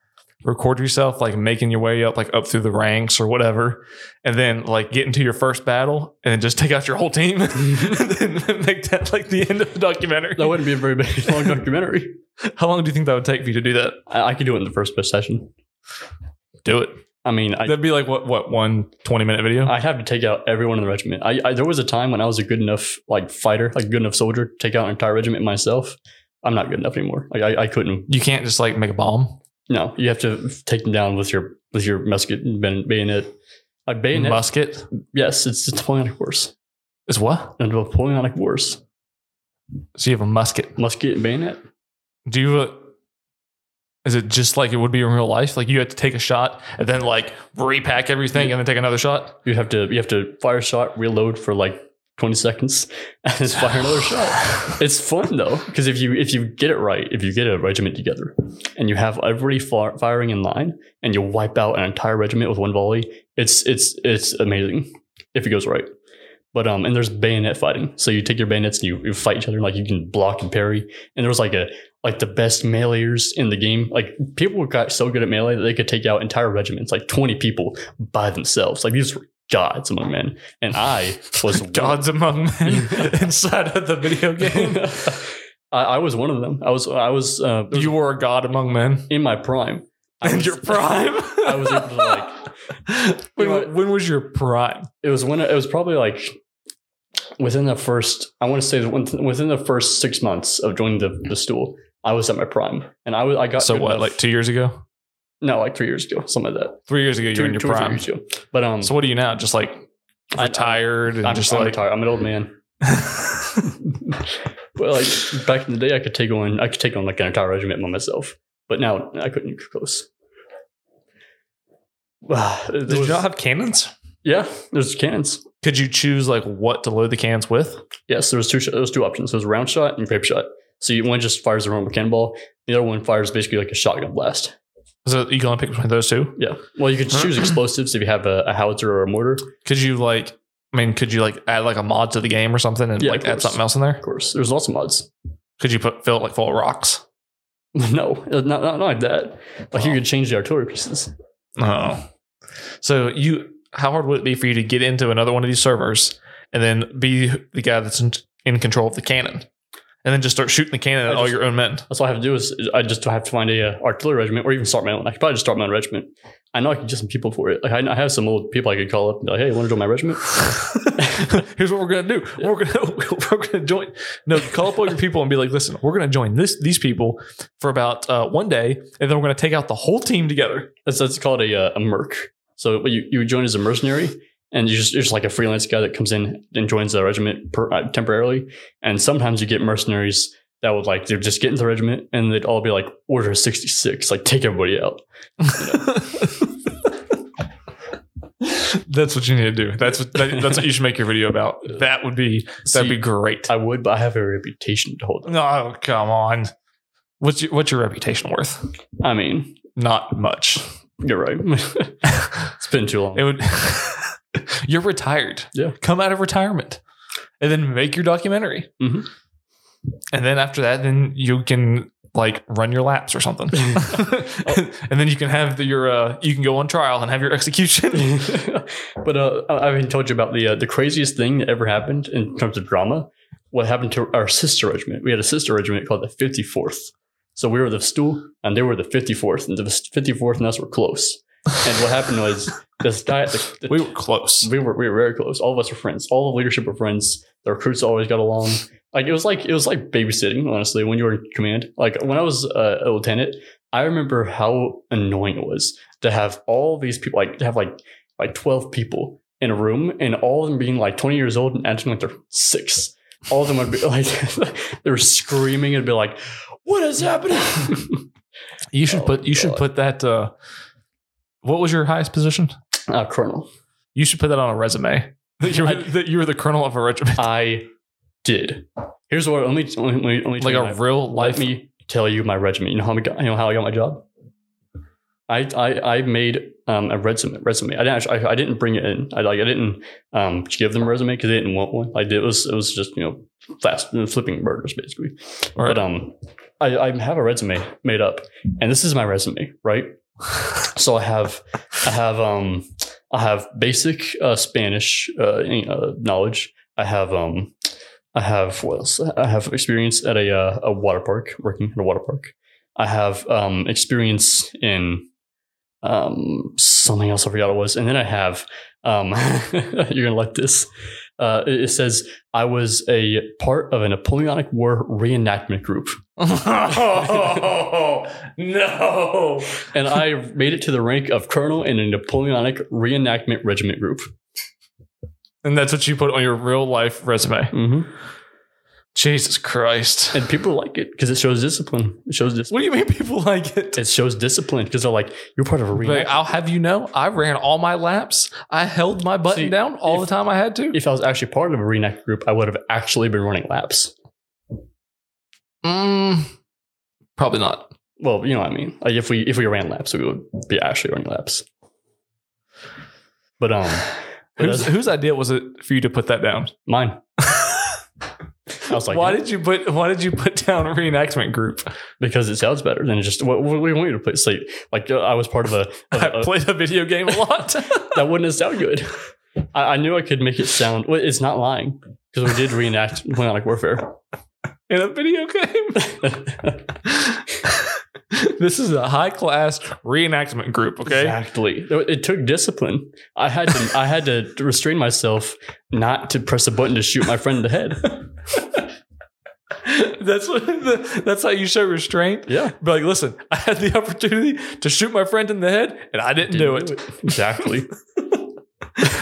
[SPEAKER 1] Record yourself like making your way up, like up through the ranks or whatever, and then like get into your first battle and then just take out your whole team (laughs) and then make that like the end of the documentary.
[SPEAKER 2] that wouldn't be a very big (laughs) long documentary.
[SPEAKER 1] How long do you think that would take for you to do that?
[SPEAKER 2] I, I could do it in the first best session.
[SPEAKER 1] Do it.
[SPEAKER 2] I mean, I,
[SPEAKER 1] That'd be like what, what, one 20 minute video?
[SPEAKER 2] I'd have to take out everyone in the regiment. I, I there was a time when I was a good enough like fighter, like good enough soldier, to take out an entire regiment myself. I'm not good enough anymore. Like I, I couldn't.
[SPEAKER 1] you can't just like make a bomb.
[SPEAKER 2] No, you have to take them down with your with your musket and ban- bayonet. Like bayonet.
[SPEAKER 1] Musket
[SPEAKER 2] Yes, it's the Napoleonic Wars.
[SPEAKER 1] is what?
[SPEAKER 2] The Napoleonic Wars.
[SPEAKER 1] So you have a musket.
[SPEAKER 2] Musket and bayonet.
[SPEAKER 1] do you uh, is it just like it would be in real life like you had to take a shot and then like repack everything and then take another shot
[SPEAKER 2] You have to you have to fire a shot, reload for like 20 seconds, (laughs) and just fire another shot. It's fun though, because if you if you get it right, if you get a regiment together, and you have everybody far, firing in line, and you wipe out an entire regiment with one volley, it's it's it's amazing if it goes right. But um, and there's bayonet fighting. So you take your bayonets and you, you fight each other. And, like you can block and parry. And there was like a like the best meleeers in the game. Like people got so good at melee that they could take out entire regiments, like 20 people by themselves. Like these were gods among men. And
[SPEAKER 1] (laughs)
[SPEAKER 2] I was one-
[SPEAKER 1] Gods among men (laughs) inside of the video game.
[SPEAKER 2] I, I was one of them. I was I was uh, it was
[SPEAKER 1] You were a god among men
[SPEAKER 2] in my prime. I
[SPEAKER 1] in
[SPEAKER 2] was-
[SPEAKER 1] your prime.
[SPEAKER 2] I was able to like
[SPEAKER 1] (laughs) When,
[SPEAKER 2] You know-
[SPEAKER 1] when was your prime?
[SPEAKER 2] it was when it was probably like within the first i want to say that within within the first six months of joining the, the stool i was at my prime and i was i got
[SPEAKER 1] So
[SPEAKER 2] good
[SPEAKER 1] what?
[SPEAKER 2] enough-
[SPEAKER 1] Like two years ago?
[SPEAKER 2] no like three years ago something like that
[SPEAKER 1] Three years ago, you were in your
[SPEAKER 2] or three
[SPEAKER 1] prime.
[SPEAKER 2] years ago. but um
[SPEAKER 1] So what are you now? Just like
[SPEAKER 2] I- I-
[SPEAKER 1] retired and
[SPEAKER 2] i'm
[SPEAKER 1] just
[SPEAKER 2] just I'm (laughs)
[SPEAKER 1] like
[SPEAKER 2] retired i'm an old man but like back in the day i could take on i could take on like an entire regiment by myself but now i couldn't get close (sighs) Did
[SPEAKER 1] Did you not have cannons?
[SPEAKER 2] yeah there's cannons
[SPEAKER 1] Could you choose like what to load the cannons with?
[SPEAKER 2] Yes, there was two. sh- There was two options. There was round shot and grape shot. So you, one just fires a normal cannonball. The other one fires basically like a shotgun blast.
[SPEAKER 1] So you can only pick between those two.
[SPEAKER 2] Yeah. Well, you could choose explosives if you have a, a howitzer or a mortar.
[SPEAKER 1] Could you like? I mean, could you like add like a mod to the game or something and
[SPEAKER 2] Yeah,
[SPEAKER 1] like
[SPEAKER 2] of
[SPEAKER 1] add
[SPEAKER 2] course.
[SPEAKER 1] something else in there?
[SPEAKER 2] Of course, there's lots of mods. (laughs)
[SPEAKER 1] Could you put fill it like full of rocks?
[SPEAKER 2] no, uh, not, not not like that. Like you
[SPEAKER 1] Wow.
[SPEAKER 2] could change the artillery pieces.
[SPEAKER 1] Oh, so you? How hard would it be for you to get into another one of these servers and then be the guy that's in, in control of the cannon, and then just start shooting the cannon at
[SPEAKER 2] I
[SPEAKER 1] all
[SPEAKER 2] just-
[SPEAKER 1] your own men?
[SPEAKER 2] That's all I have to do is is I just have to find a uh, artillery regiment or even start my own. I could probably just start my own regiment. I know I could get some people for it. Like I, I have some old people I could call up and be like, "Hey, want to join my regiment?"
[SPEAKER 1] (laughs) Here's what we're gonna do. We're gonna (laughs) we're gonna join. No, call up all your people and be like, listen, we're gonna join this these people for about uh, one day, and then we're gonna take out the whole team together.
[SPEAKER 2] That's that's called a uh, a merc. So what you you join as a mercenary, and you just you're just like a freelance guy that comes in and joins the regiment per, uh, temporarily. And sometimes you get mercenaries that would like they're just get into the regiment, and they'd all be like Order sixty six, like take everybody out.
[SPEAKER 1] That's what you need to do. That's what that, that's what you should make your video about. That would be that'd be
[SPEAKER 2] See,
[SPEAKER 1] great.
[SPEAKER 2] I would, but I have a reputation to hold.
[SPEAKER 1] No, come on. What's your what's your reputation worth?
[SPEAKER 2] I mean,
[SPEAKER 1] Not much.
[SPEAKER 2] you're right. (laughs) it's been too long.
[SPEAKER 1] (laughs) It would. (laughs) you're retired.
[SPEAKER 2] Yeah.
[SPEAKER 1] Come out of retirement, and then make your documentary.
[SPEAKER 2] Mhm.
[SPEAKER 1] And then after that, then you can like run your laps or something, (laughs) and then you can have the, your uh, you can go on trial and have your execution.
[SPEAKER 2] (laughs) but uh, I I haven't told you about the uh, the craziest thing that ever happened in terms of drama. What happened to our sister regiment? We had a sister regiment called the 54th. So we were the stool, and they were the 54th, and the 54th and us were close. And what happened was this guy, at the, the-
[SPEAKER 1] (laughs) (laughs) we were close.
[SPEAKER 2] we were we were very close. All of us were friends. All the leadership were friends. The recruits always got along. Like it was like it was like babysitting, honestly, when you were in command. Like when I was uh, a lieutenant, I remember how annoying it was to have all these people like to have like like 12 people in a room and all of them being like 20 years old and acting like they're six. All of them would be (laughs) like they were screaming and be like, What is happening? (laughs)
[SPEAKER 1] You should
[SPEAKER 2] Oh,
[SPEAKER 1] put you should
[SPEAKER 2] God.
[SPEAKER 1] put that. Uh, what was your highest position?
[SPEAKER 2] uh, Colonel.
[SPEAKER 1] You should put that on a resume. (laughs) That you were,
[SPEAKER 2] I-
[SPEAKER 1] that you were the colonel of a regiment,
[SPEAKER 2] I did. Here's what only only only
[SPEAKER 1] like
[SPEAKER 2] time I-
[SPEAKER 1] a real life. (laughs)
[SPEAKER 2] Let me tell you my regiment. You know how I got, you know how I got my job. I I, I made um, a resume. Resume. I didn't actually, I, I didn't bring it in. I like I didn't um, give them a resume because they didn't want one. Like it was it was just you know fast flipping burgers basically.
[SPEAKER 1] All right.
[SPEAKER 2] But um, I, I have a resume made up, and this is my resume,
[SPEAKER 1] (laughs)
[SPEAKER 2] right? so I have, I have um, I have basic uh, Spanish uh, you know, knowledge. I have um, I have what else? I have experience at a uh, a water park, working at a water park. I have um, experience in um, something else. I forgot what it was, and then I have um, (laughs) you're gonna like this. Uh, it it says I was a part of a Napoleonic War reenactment group.
[SPEAKER 1] no.
[SPEAKER 2] and I made it to the rank of colonel in a Napoleonic reenactment regiment group.
[SPEAKER 1] And that's what you put on your real life resume.
[SPEAKER 2] Mm-hmm.
[SPEAKER 1] Jesus Christ.
[SPEAKER 2] And people like it because it shows discipline. It shows discipline.
[SPEAKER 1] What do you mean people like it?
[SPEAKER 2] It shows discipline because they're like, you're part of a
[SPEAKER 1] Like,
[SPEAKER 2] reenactment.
[SPEAKER 1] I'll have you know, I ran all my laps. I held my button
[SPEAKER 2] See,
[SPEAKER 1] down all
[SPEAKER 2] if-
[SPEAKER 1] the time I had to.
[SPEAKER 2] If I was actually part of a reenactment group, I would have actually been running laps.
[SPEAKER 1] Mm, probably not.
[SPEAKER 2] Well, you know what I mean. Like if we if we ran laps, we would be actually running laps. But um, But
[SPEAKER 1] Whose,
[SPEAKER 2] that's
[SPEAKER 1] whose idea was it for you to put that down?
[SPEAKER 2] mine. I was like,
[SPEAKER 1] why
[SPEAKER 2] "Yeah,"
[SPEAKER 1] did you put Why did you put down reenactment group?
[SPEAKER 2] because it sounds better than just what what we want you to play. Sleep. Like uh, I was part of a, of
[SPEAKER 1] I
[SPEAKER 2] a-
[SPEAKER 1] played a video game a lot.
[SPEAKER 2] that wouldn't sound good. I, I knew I could make it sound. Well, it's not lying because we did reenact Bionic Warfare. (laughs)
[SPEAKER 1] in a video game. this is a high class reenactment group. Okay.
[SPEAKER 2] Exactly. It it took discipline. I had to. I had to restrain myself not to press a button to shoot my friend in the
[SPEAKER 1] (laughs)
[SPEAKER 2] head.
[SPEAKER 1] That's what the, that's how you show restraint.
[SPEAKER 2] Yeah,
[SPEAKER 1] Be like, listen, I had the opportunity to shoot my friend in the head, and I didn't, do, it.
[SPEAKER 2] exactly.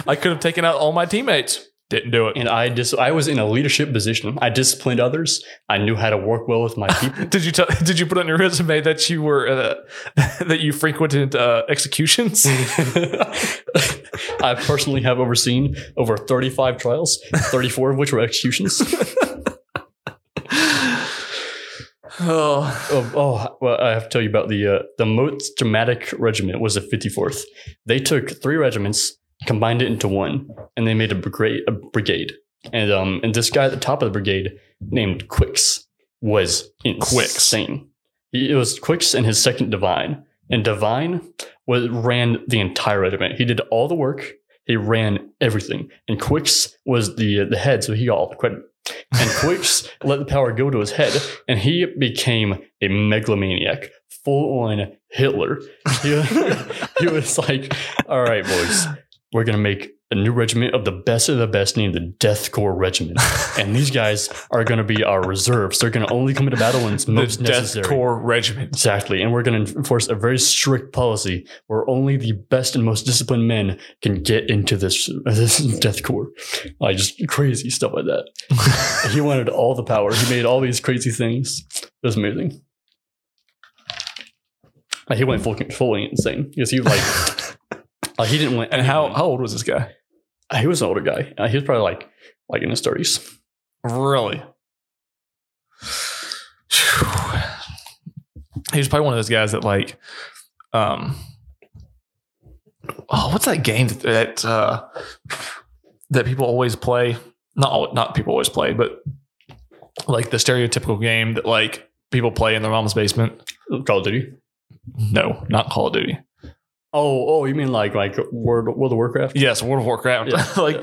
[SPEAKER 1] I could have taken out all my teammates. Didn't do it.
[SPEAKER 2] and I dis- I was in a leadership position. I disciplined others. I knew how to work well with
[SPEAKER 1] (laughs)
[SPEAKER 2] my people. (laughs)
[SPEAKER 1] Did you tell, Did you put on your resume that you were uh, (laughs) that you frequented uh, executions?
[SPEAKER 2] I personally have overseen over 35 trials, 34 of which were executions.
[SPEAKER 1] oh,
[SPEAKER 2] Oh, oh, well, I have to tell you about the uh, the most dramatic regiment was the 54th. They took three regiments, combined it into one, and they made a brigade. A brigade. And um, and this guy at the top of the brigade, named Quicks, was insane. He, it was Quicks and his second Divine, and Divine was ran the entire regiment. He did all the work. He ran everything, and Quicks was the the head, so he got all the credit and Quicks let the power go to his head, and he became a megalomaniac, full on Hitler. He, (laughs) he was like, "All right, boys, we're gonna make a new regiment of the best of the best, named the Death Corps Regiment, and these guys are gonna be our reserves. They're gonna only come into battle when it's
[SPEAKER 1] the
[SPEAKER 2] most necessary."
[SPEAKER 1] Death Corps
[SPEAKER 2] (laughs)
[SPEAKER 1] Regiment.
[SPEAKER 2] Exactly. And we're going to enforce a very strict policy where only the best and most disciplined men can get into this, (laughs) this death corps. Like just crazy stuff like (laughs) that. he wanted all the power. He made all these crazy things. It was amazing. Like, he went full, fully insane because he like, like he didn't want.
[SPEAKER 1] And how how old was this guy?
[SPEAKER 2] he was an older guy. Uh, he was probably like like in his thirties.
[SPEAKER 1] Really? He was probably one of those guys that like, um, oh, what's that game that that, uh, that people always play? Not all, not people always play, but like the stereotypical game that like people play in their mom's basement.
[SPEAKER 2] Call of Duty.
[SPEAKER 1] No, not Call of Duty.
[SPEAKER 2] Oh, oh, you mean like like World World of Warcraft?
[SPEAKER 1] Yes, World of Warcraft.
[SPEAKER 2] Yeah.
[SPEAKER 1] (laughs) like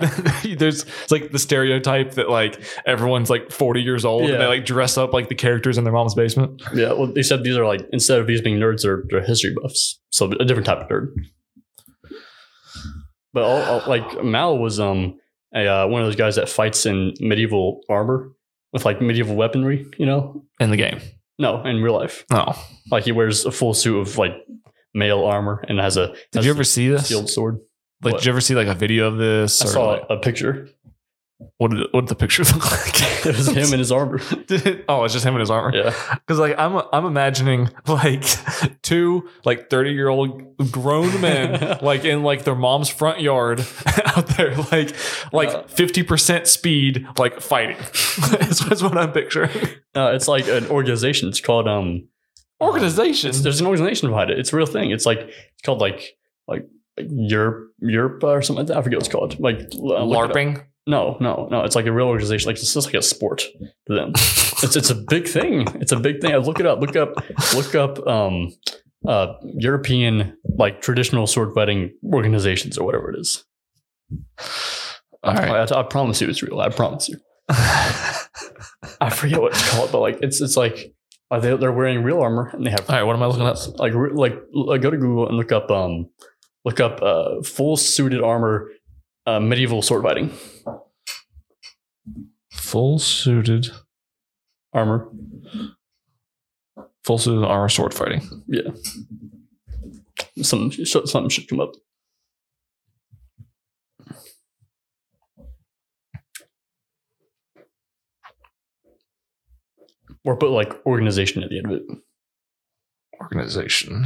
[SPEAKER 1] there's it's like the stereotype that like everyone's like 40 years old
[SPEAKER 2] Yeah.
[SPEAKER 1] and they like dress up like the characters in their mom's basement.
[SPEAKER 2] Yeah, well, they said these are like instead of these being nerds, they're, they're history buffs, so a different type of nerd. But all, all- like Mal was um a, uh, one of those guys that fights in medieval armor with like medieval weaponry, you know?
[SPEAKER 1] In the game.
[SPEAKER 2] No, in real life,
[SPEAKER 1] Oh.
[SPEAKER 2] like he wears a full suit of like mail armor and has a
[SPEAKER 1] Did
[SPEAKER 2] has
[SPEAKER 1] you ever see
[SPEAKER 2] a
[SPEAKER 1] this?
[SPEAKER 2] shield sword.
[SPEAKER 1] Like
[SPEAKER 2] What?
[SPEAKER 1] did you ever see like a video of this?
[SPEAKER 2] I
[SPEAKER 1] or,
[SPEAKER 2] saw
[SPEAKER 1] like,
[SPEAKER 2] a picture.
[SPEAKER 1] what did what did the picture (laughs) look like?
[SPEAKER 2] (laughs) It was him and his armor.
[SPEAKER 1] (laughs) Did it- oh, it's just him and his armor.
[SPEAKER 2] Yeah,
[SPEAKER 1] Because like I'm I'm imagining like (laughs) two like 30 year old grown
[SPEAKER 2] (laughs)
[SPEAKER 1] men like in like their mom's front yard (laughs) out there like
[SPEAKER 2] Uh.
[SPEAKER 1] like 50 percent speed like fighting. (laughs) That's that's what I'm picturing.
[SPEAKER 2] uh, it's like an organization. It's called um
[SPEAKER 1] Organization.
[SPEAKER 2] It's- there's an organization behind it. It's a real thing. It's like it's called like like like Europe Europe or something like that. I forget what it's called. Like uh, look it up.
[SPEAKER 1] LARPing.
[SPEAKER 2] No, no, no. It's like a real organization. Like it's just like a sport
[SPEAKER 1] (laughs)
[SPEAKER 2] to them. it's it's a big thing. It's a big thing. Look it up. Look up. Look up. Um, uh, European like traditional sword fighting organizations or whatever it is.
[SPEAKER 1] All (laughs) right.
[SPEAKER 2] I, I promise you, it's real. I promise you. I forget what it's called, but like it's it's like uh, they they're wearing real armor and they have
[SPEAKER 1] All right. What am I looking up?
[SPEAKER 2] That's like re- like like, go to Google and look up um look up uh full suited armor uh, medieval sword fighting
[SPEAKER 1] Full suited,
[SPEAKER 2] armor.
[SPEAKER 1] full suited armor sword fighting.
[SPEAKER 2] Some sh- something should come up. Or put like organization at the end of it.
[SPEAKER 1] organization.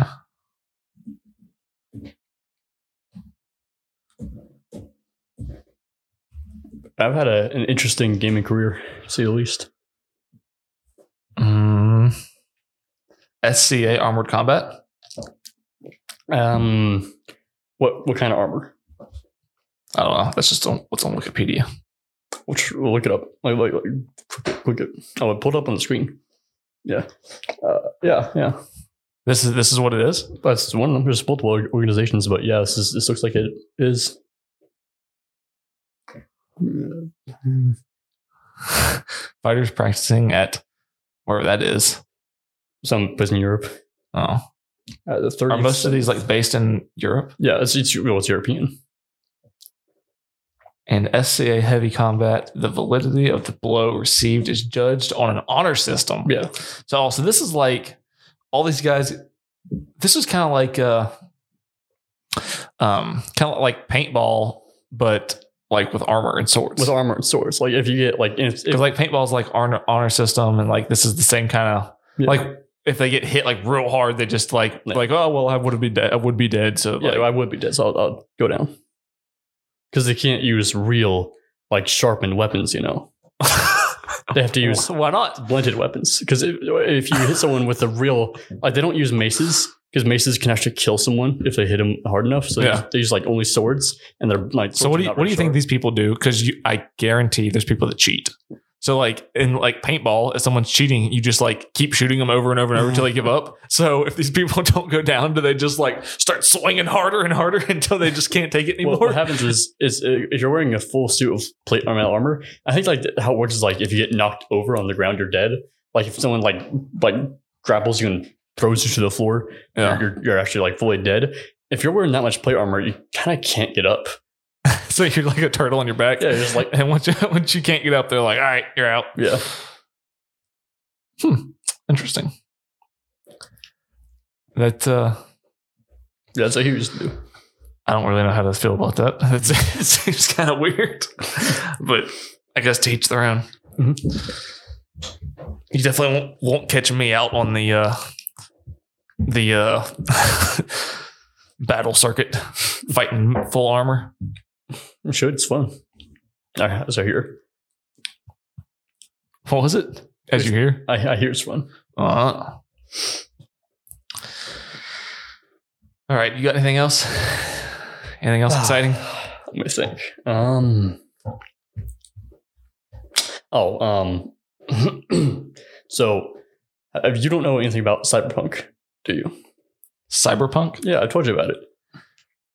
[SPEAKER 2] I've had a, an interesting gaming career, to say the least.
[SPEAKER 1] Mm. SCA Armored Combat.
[SPEAKER 2] Um, what what kind of armor?
[SPEAKER 1] I don't know. That's just on, what's on Wikipedia.
[SPEAKER 2] We'll, tr- we'll look it up. Like, like, like, click it, click it. Oh, I pulled up on the screen. Yeah. Uh, yeah, yeah.
[SPEAKER 1] This is this is what it is.
[SPEAKER 2] That's one of them. There's multiple org- organizations, but yeah, this, is, this looks like it is.
[SPEAKER 1] (laughs) Fighters practicing at wherever that is.
[SPEAKER 2] Some place in Europe.
[SPEAKER 1] Oh,
[SPEAKER 2] Uh, the third.
[SPEAKER 1] are most of these like based in Europe?
[SPEAKER 2] Yeah, it's, it's, well, it's European.
[SPEAKER 1] and SCA heavy combat, the validity of the blow received is judged on an honor system.
[SPEAKER 2] Yeah.
[SPEAKER 1] So also this is like all these guys this is kind of like uh um kind of like paintball but like with armor and swords.
[SPEAKER 2] With armor and swords. Like, if you get, like, if, if,
[SPEAKER 1] Cuz like paintball's like honor, honor system and like this is the same kind of
[SPEAKER 2] Yeah.
[SPEAKER 1] like if they get hit like real hard they just like
[SPEAKER 2] Yeah.
[SPEAKER 1] like oh well I would have been dead I would be dead so
[SPEAKER 2] yeah,
[SPEAKER 1] like,
[SPEAKER 2] I would be dead, so I'll, I'll go down. Because they can't use real, like, sharpened weapons, you know?
[SPEAKER 1] (laughs)
[SPEAKER 2] They have to use
[SPEAKER 1] why not?
[SPEAKER 2] blunted weapons. Because if, if you hit someone with a real, like, they don't use maces, because maces can actually kill someone if they hit them hard enough. So they,
[SPEAKER 1] Yeah.
[SPEAKER 2] use, they use, like, only swords, and they're, like,
[SPEAKER 1] So what do you what do you think these people do? Because I guarantee there's people that cheat. So like in like paintball, if someone's cheating, you just like keep shooting them over and over and over until they give
[SPEAKER 2] (laughs)
[SPEAKER 1] up. So if these people (laughs) don't go down, do they just like start swinging harder and harder (laughs) until they just can't take it
[SPEAKER 2] Well,
[SPEAKER 1] anymore?
[SPEAKER 2] what happens is, is uh, if you're wearing a full suit of plate armor, armor, I think like how it works is like if you get knocked over on the ground, you're dead. Like if someone like like grapples you and throws you to the floor,
[SPEAKER 1] Yeah. (laughs)
[SPEAKER 2] you're, you're actually like fully dead. If you're wearing that much plate armor, you kind of can't get up.
[SPEAKER 1] so you're like a turtle on your back.
[SPEAKER 2] Yeah, you're just like (laughs)
[SPEAKER 1] And once you (laughs) once you can't get up, they're like, all right, you're out.
[SPEAKER 2] yeah,
[SPEAKER 1] Interesting. That uh
[SPEAKER 2] yeah. That's what he used to do.
[SPEAKER 1] I don't really know how to feel about that. (laughs) It's, it seems kind of weird, but I guess to each their own. You definitely won't, won't catch me out on the uh, the uh, (laughs) battle circuit, fighting full armor.
[SPEAKER 2] You should. It's fun. All right, so I hear.
[SPEAKER 1] What was it? As you hear,
[SPEAKER 2] I, I hear it's fun.
[SPEAKER 1] uh, all right. You got anything else? Anything else exciting?
[SPEAKER 2] Let me think. Um. Oh, um. (clears throat) so, if you don't know anything about cyberpunk, do you?
[SPEAKER 1] Cyberpunk.
[SPEAKER 2] Yeah, I told you about it.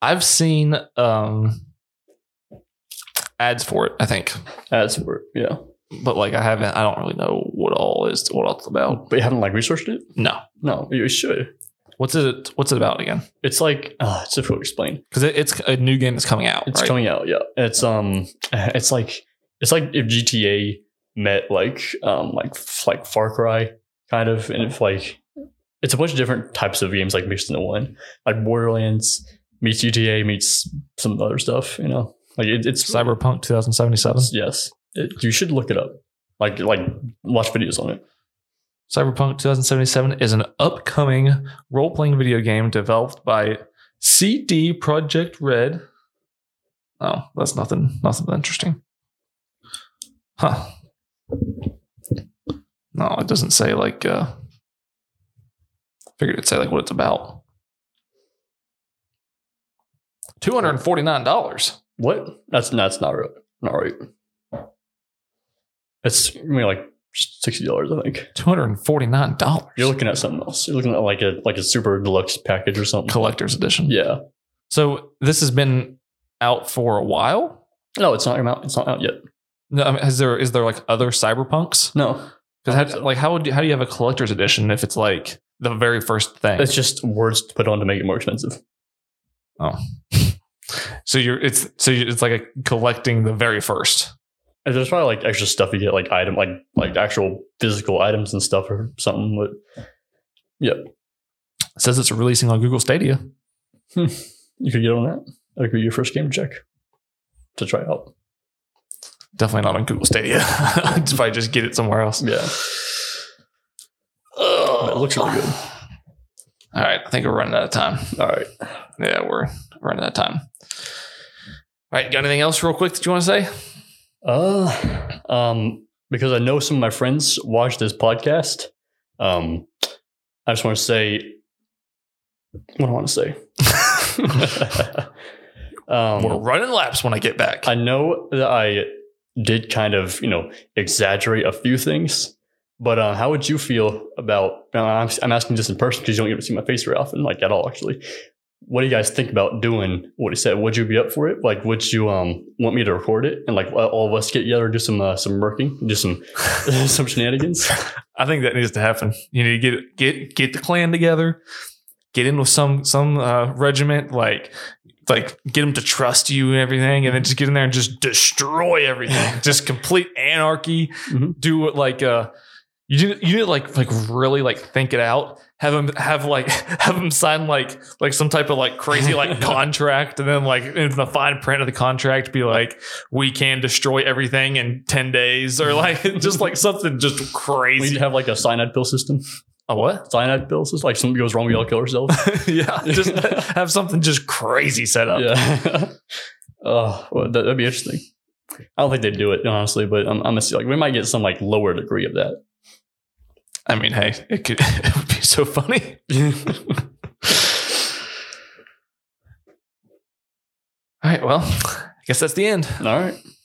[SPEAKER 1] I've seen um, ads for it. I think.
[SPEAKER 2] That's where, yeah.
[SPEAKER 1] but like I haven't. I don't really know what all is what all it's about.
[SPEAKER 2] Oh, But you haven't like researched it?
[SPEAKER 1] No.
[SPEAKER 2] No, you should.
[SPEAKER 1] What's it? What's it about again?
[SPEAKER 2] It's like uh, it's difficult to explain.
[SPEAKER 1] Because it, it's a new game that's coming out.
[SPEAKER 2] It's
[SPEAKER 1] right?
[SPEAKER 2] coming out. Yeah, it's um, (laughs) it's like it's like if GTA met like um like f- like Far Cry kind of, and if like it's a bunch of different types of games like mixed into one, like Borderlands meets GTA meets some other stuff. You know, like it, it's
[SPEAKER 1] Cyberpunk 2077.
[SPEAKER 2] yes, it, you should look it up. Like like watch videos on it.
[SPEAKER 1] Cyberpunk 2077 is an upcoming role-playing video game developed by CD Project Red. Oh, that's nothing. Nothing interesting. Huh. No, it doesn't say like. uh Figured it'd say like what it's about. Two hundred and forty-nine dollars.
[SPEAKER 2] What? That's that's not right. Not right. It's I mean like sixty dollars, I think.
[SPEAKER 1] Two hundred and forty-nine dollars.
[SPEAKER 2] You're looking at something else. You're looking at like a like a super deluxe package or something.
[SPEAKER 1] collector's edition.
[SPEAKER 2] Yeah.
[SPEAKER 1] So this has been out for a while.
[SPEAKER 2] No, it's not out. It's not out yet.
[SPEAKER 1] No, I mean, is there is there like other cyberpunks?
[SPEAKER 2] No,
[SPEAKER 1] Because how, like how would you, how do you have a collector's edition if it's like the very first thing?
[SPEAKER 2] it's just words to put on to make it more expensive.
[SPEAKER 1] so you're it's so you it's like a collecting the very first.
[SPEAKER 2] And there's probably like extra stuff you get, like item, like like actual physical items and stuff or something. But
[SPEAKER 1] It says it's releasing on Google Stadia.
[SPEAKER 2] you could get on that. That could be your first game to check to try out.
[SPEAKER 1] Definitely not on Google Stadia. (laughs) if I just get it somewhere else.
[SPEAKER 2] Yeah, (sighs) it looks really good.
[SPEAKER 1] All right, I think we're running out of time.
[SPEAKER 2] All right.
[SPEAKER 1] Yeah, we're running out of time. All right, got anything else real quick that you want to say?
[SPEAKER 2] Uh, um, because I know some of my friends watch this podcast. Um, I just want to say, what do I want to say? (laughs) Um,
[SPEAKER 1] We're running laps when I get back.
[SPEAKER 2] I know that I did kind of, you know, exaggerate a few things, but uh, how would you feel about? and I'm, I'm asking this in person because you don't get to see my face very often, like at all, actually. What do you guys think about doing what he said? Would you be up for it? Like, would you um want me to record it and like uh, all of us get together and do some uh, some murking,
[SPEAKER 1] (laughs)
[SPEAKER 2] do some (laughs) some shenanigans?
[SPEAKER 1] I think that needs to happen. You need to get get get the clan together, get in with some some uh, regiment, like like get them to trust you and everything, and then just get in there and just destroy everything, just complete anarchy.
[SPEAKER 2] Mhm.
[SPEAKER 1] Do what like uh, you did you did like like really like think it out. Have them have like (laughs) have them sign like like some type of like crazy like contract, and then like in the fine print of the contract be like we can destroy everything in ten days or like (laughs) just like something just
[SPEAKER 2] We need
[SPEAKER 1] crazy.
[SPEAKER 2] to have like a cyanide pill system.
[SPEAKER 1] A what?
[SPEAKER 2] Cyanide pill system, like something goes wrong, we all kill ourselves.
[SPEAKER 1] yeah, (laughs) just have something just crazy set up.
[SPEAKER 2] Yeah. (laughs) oh, well, that, would be interesting. I don't think they'd do it honestly, but I'm, I'm assuming, like we might get some like lower degree of that.
[SPEAKER 1] I mean, hey, it could (laughs) it would be so funny. All right, well, I guess that's the end.
[SPEAKER 2] All right.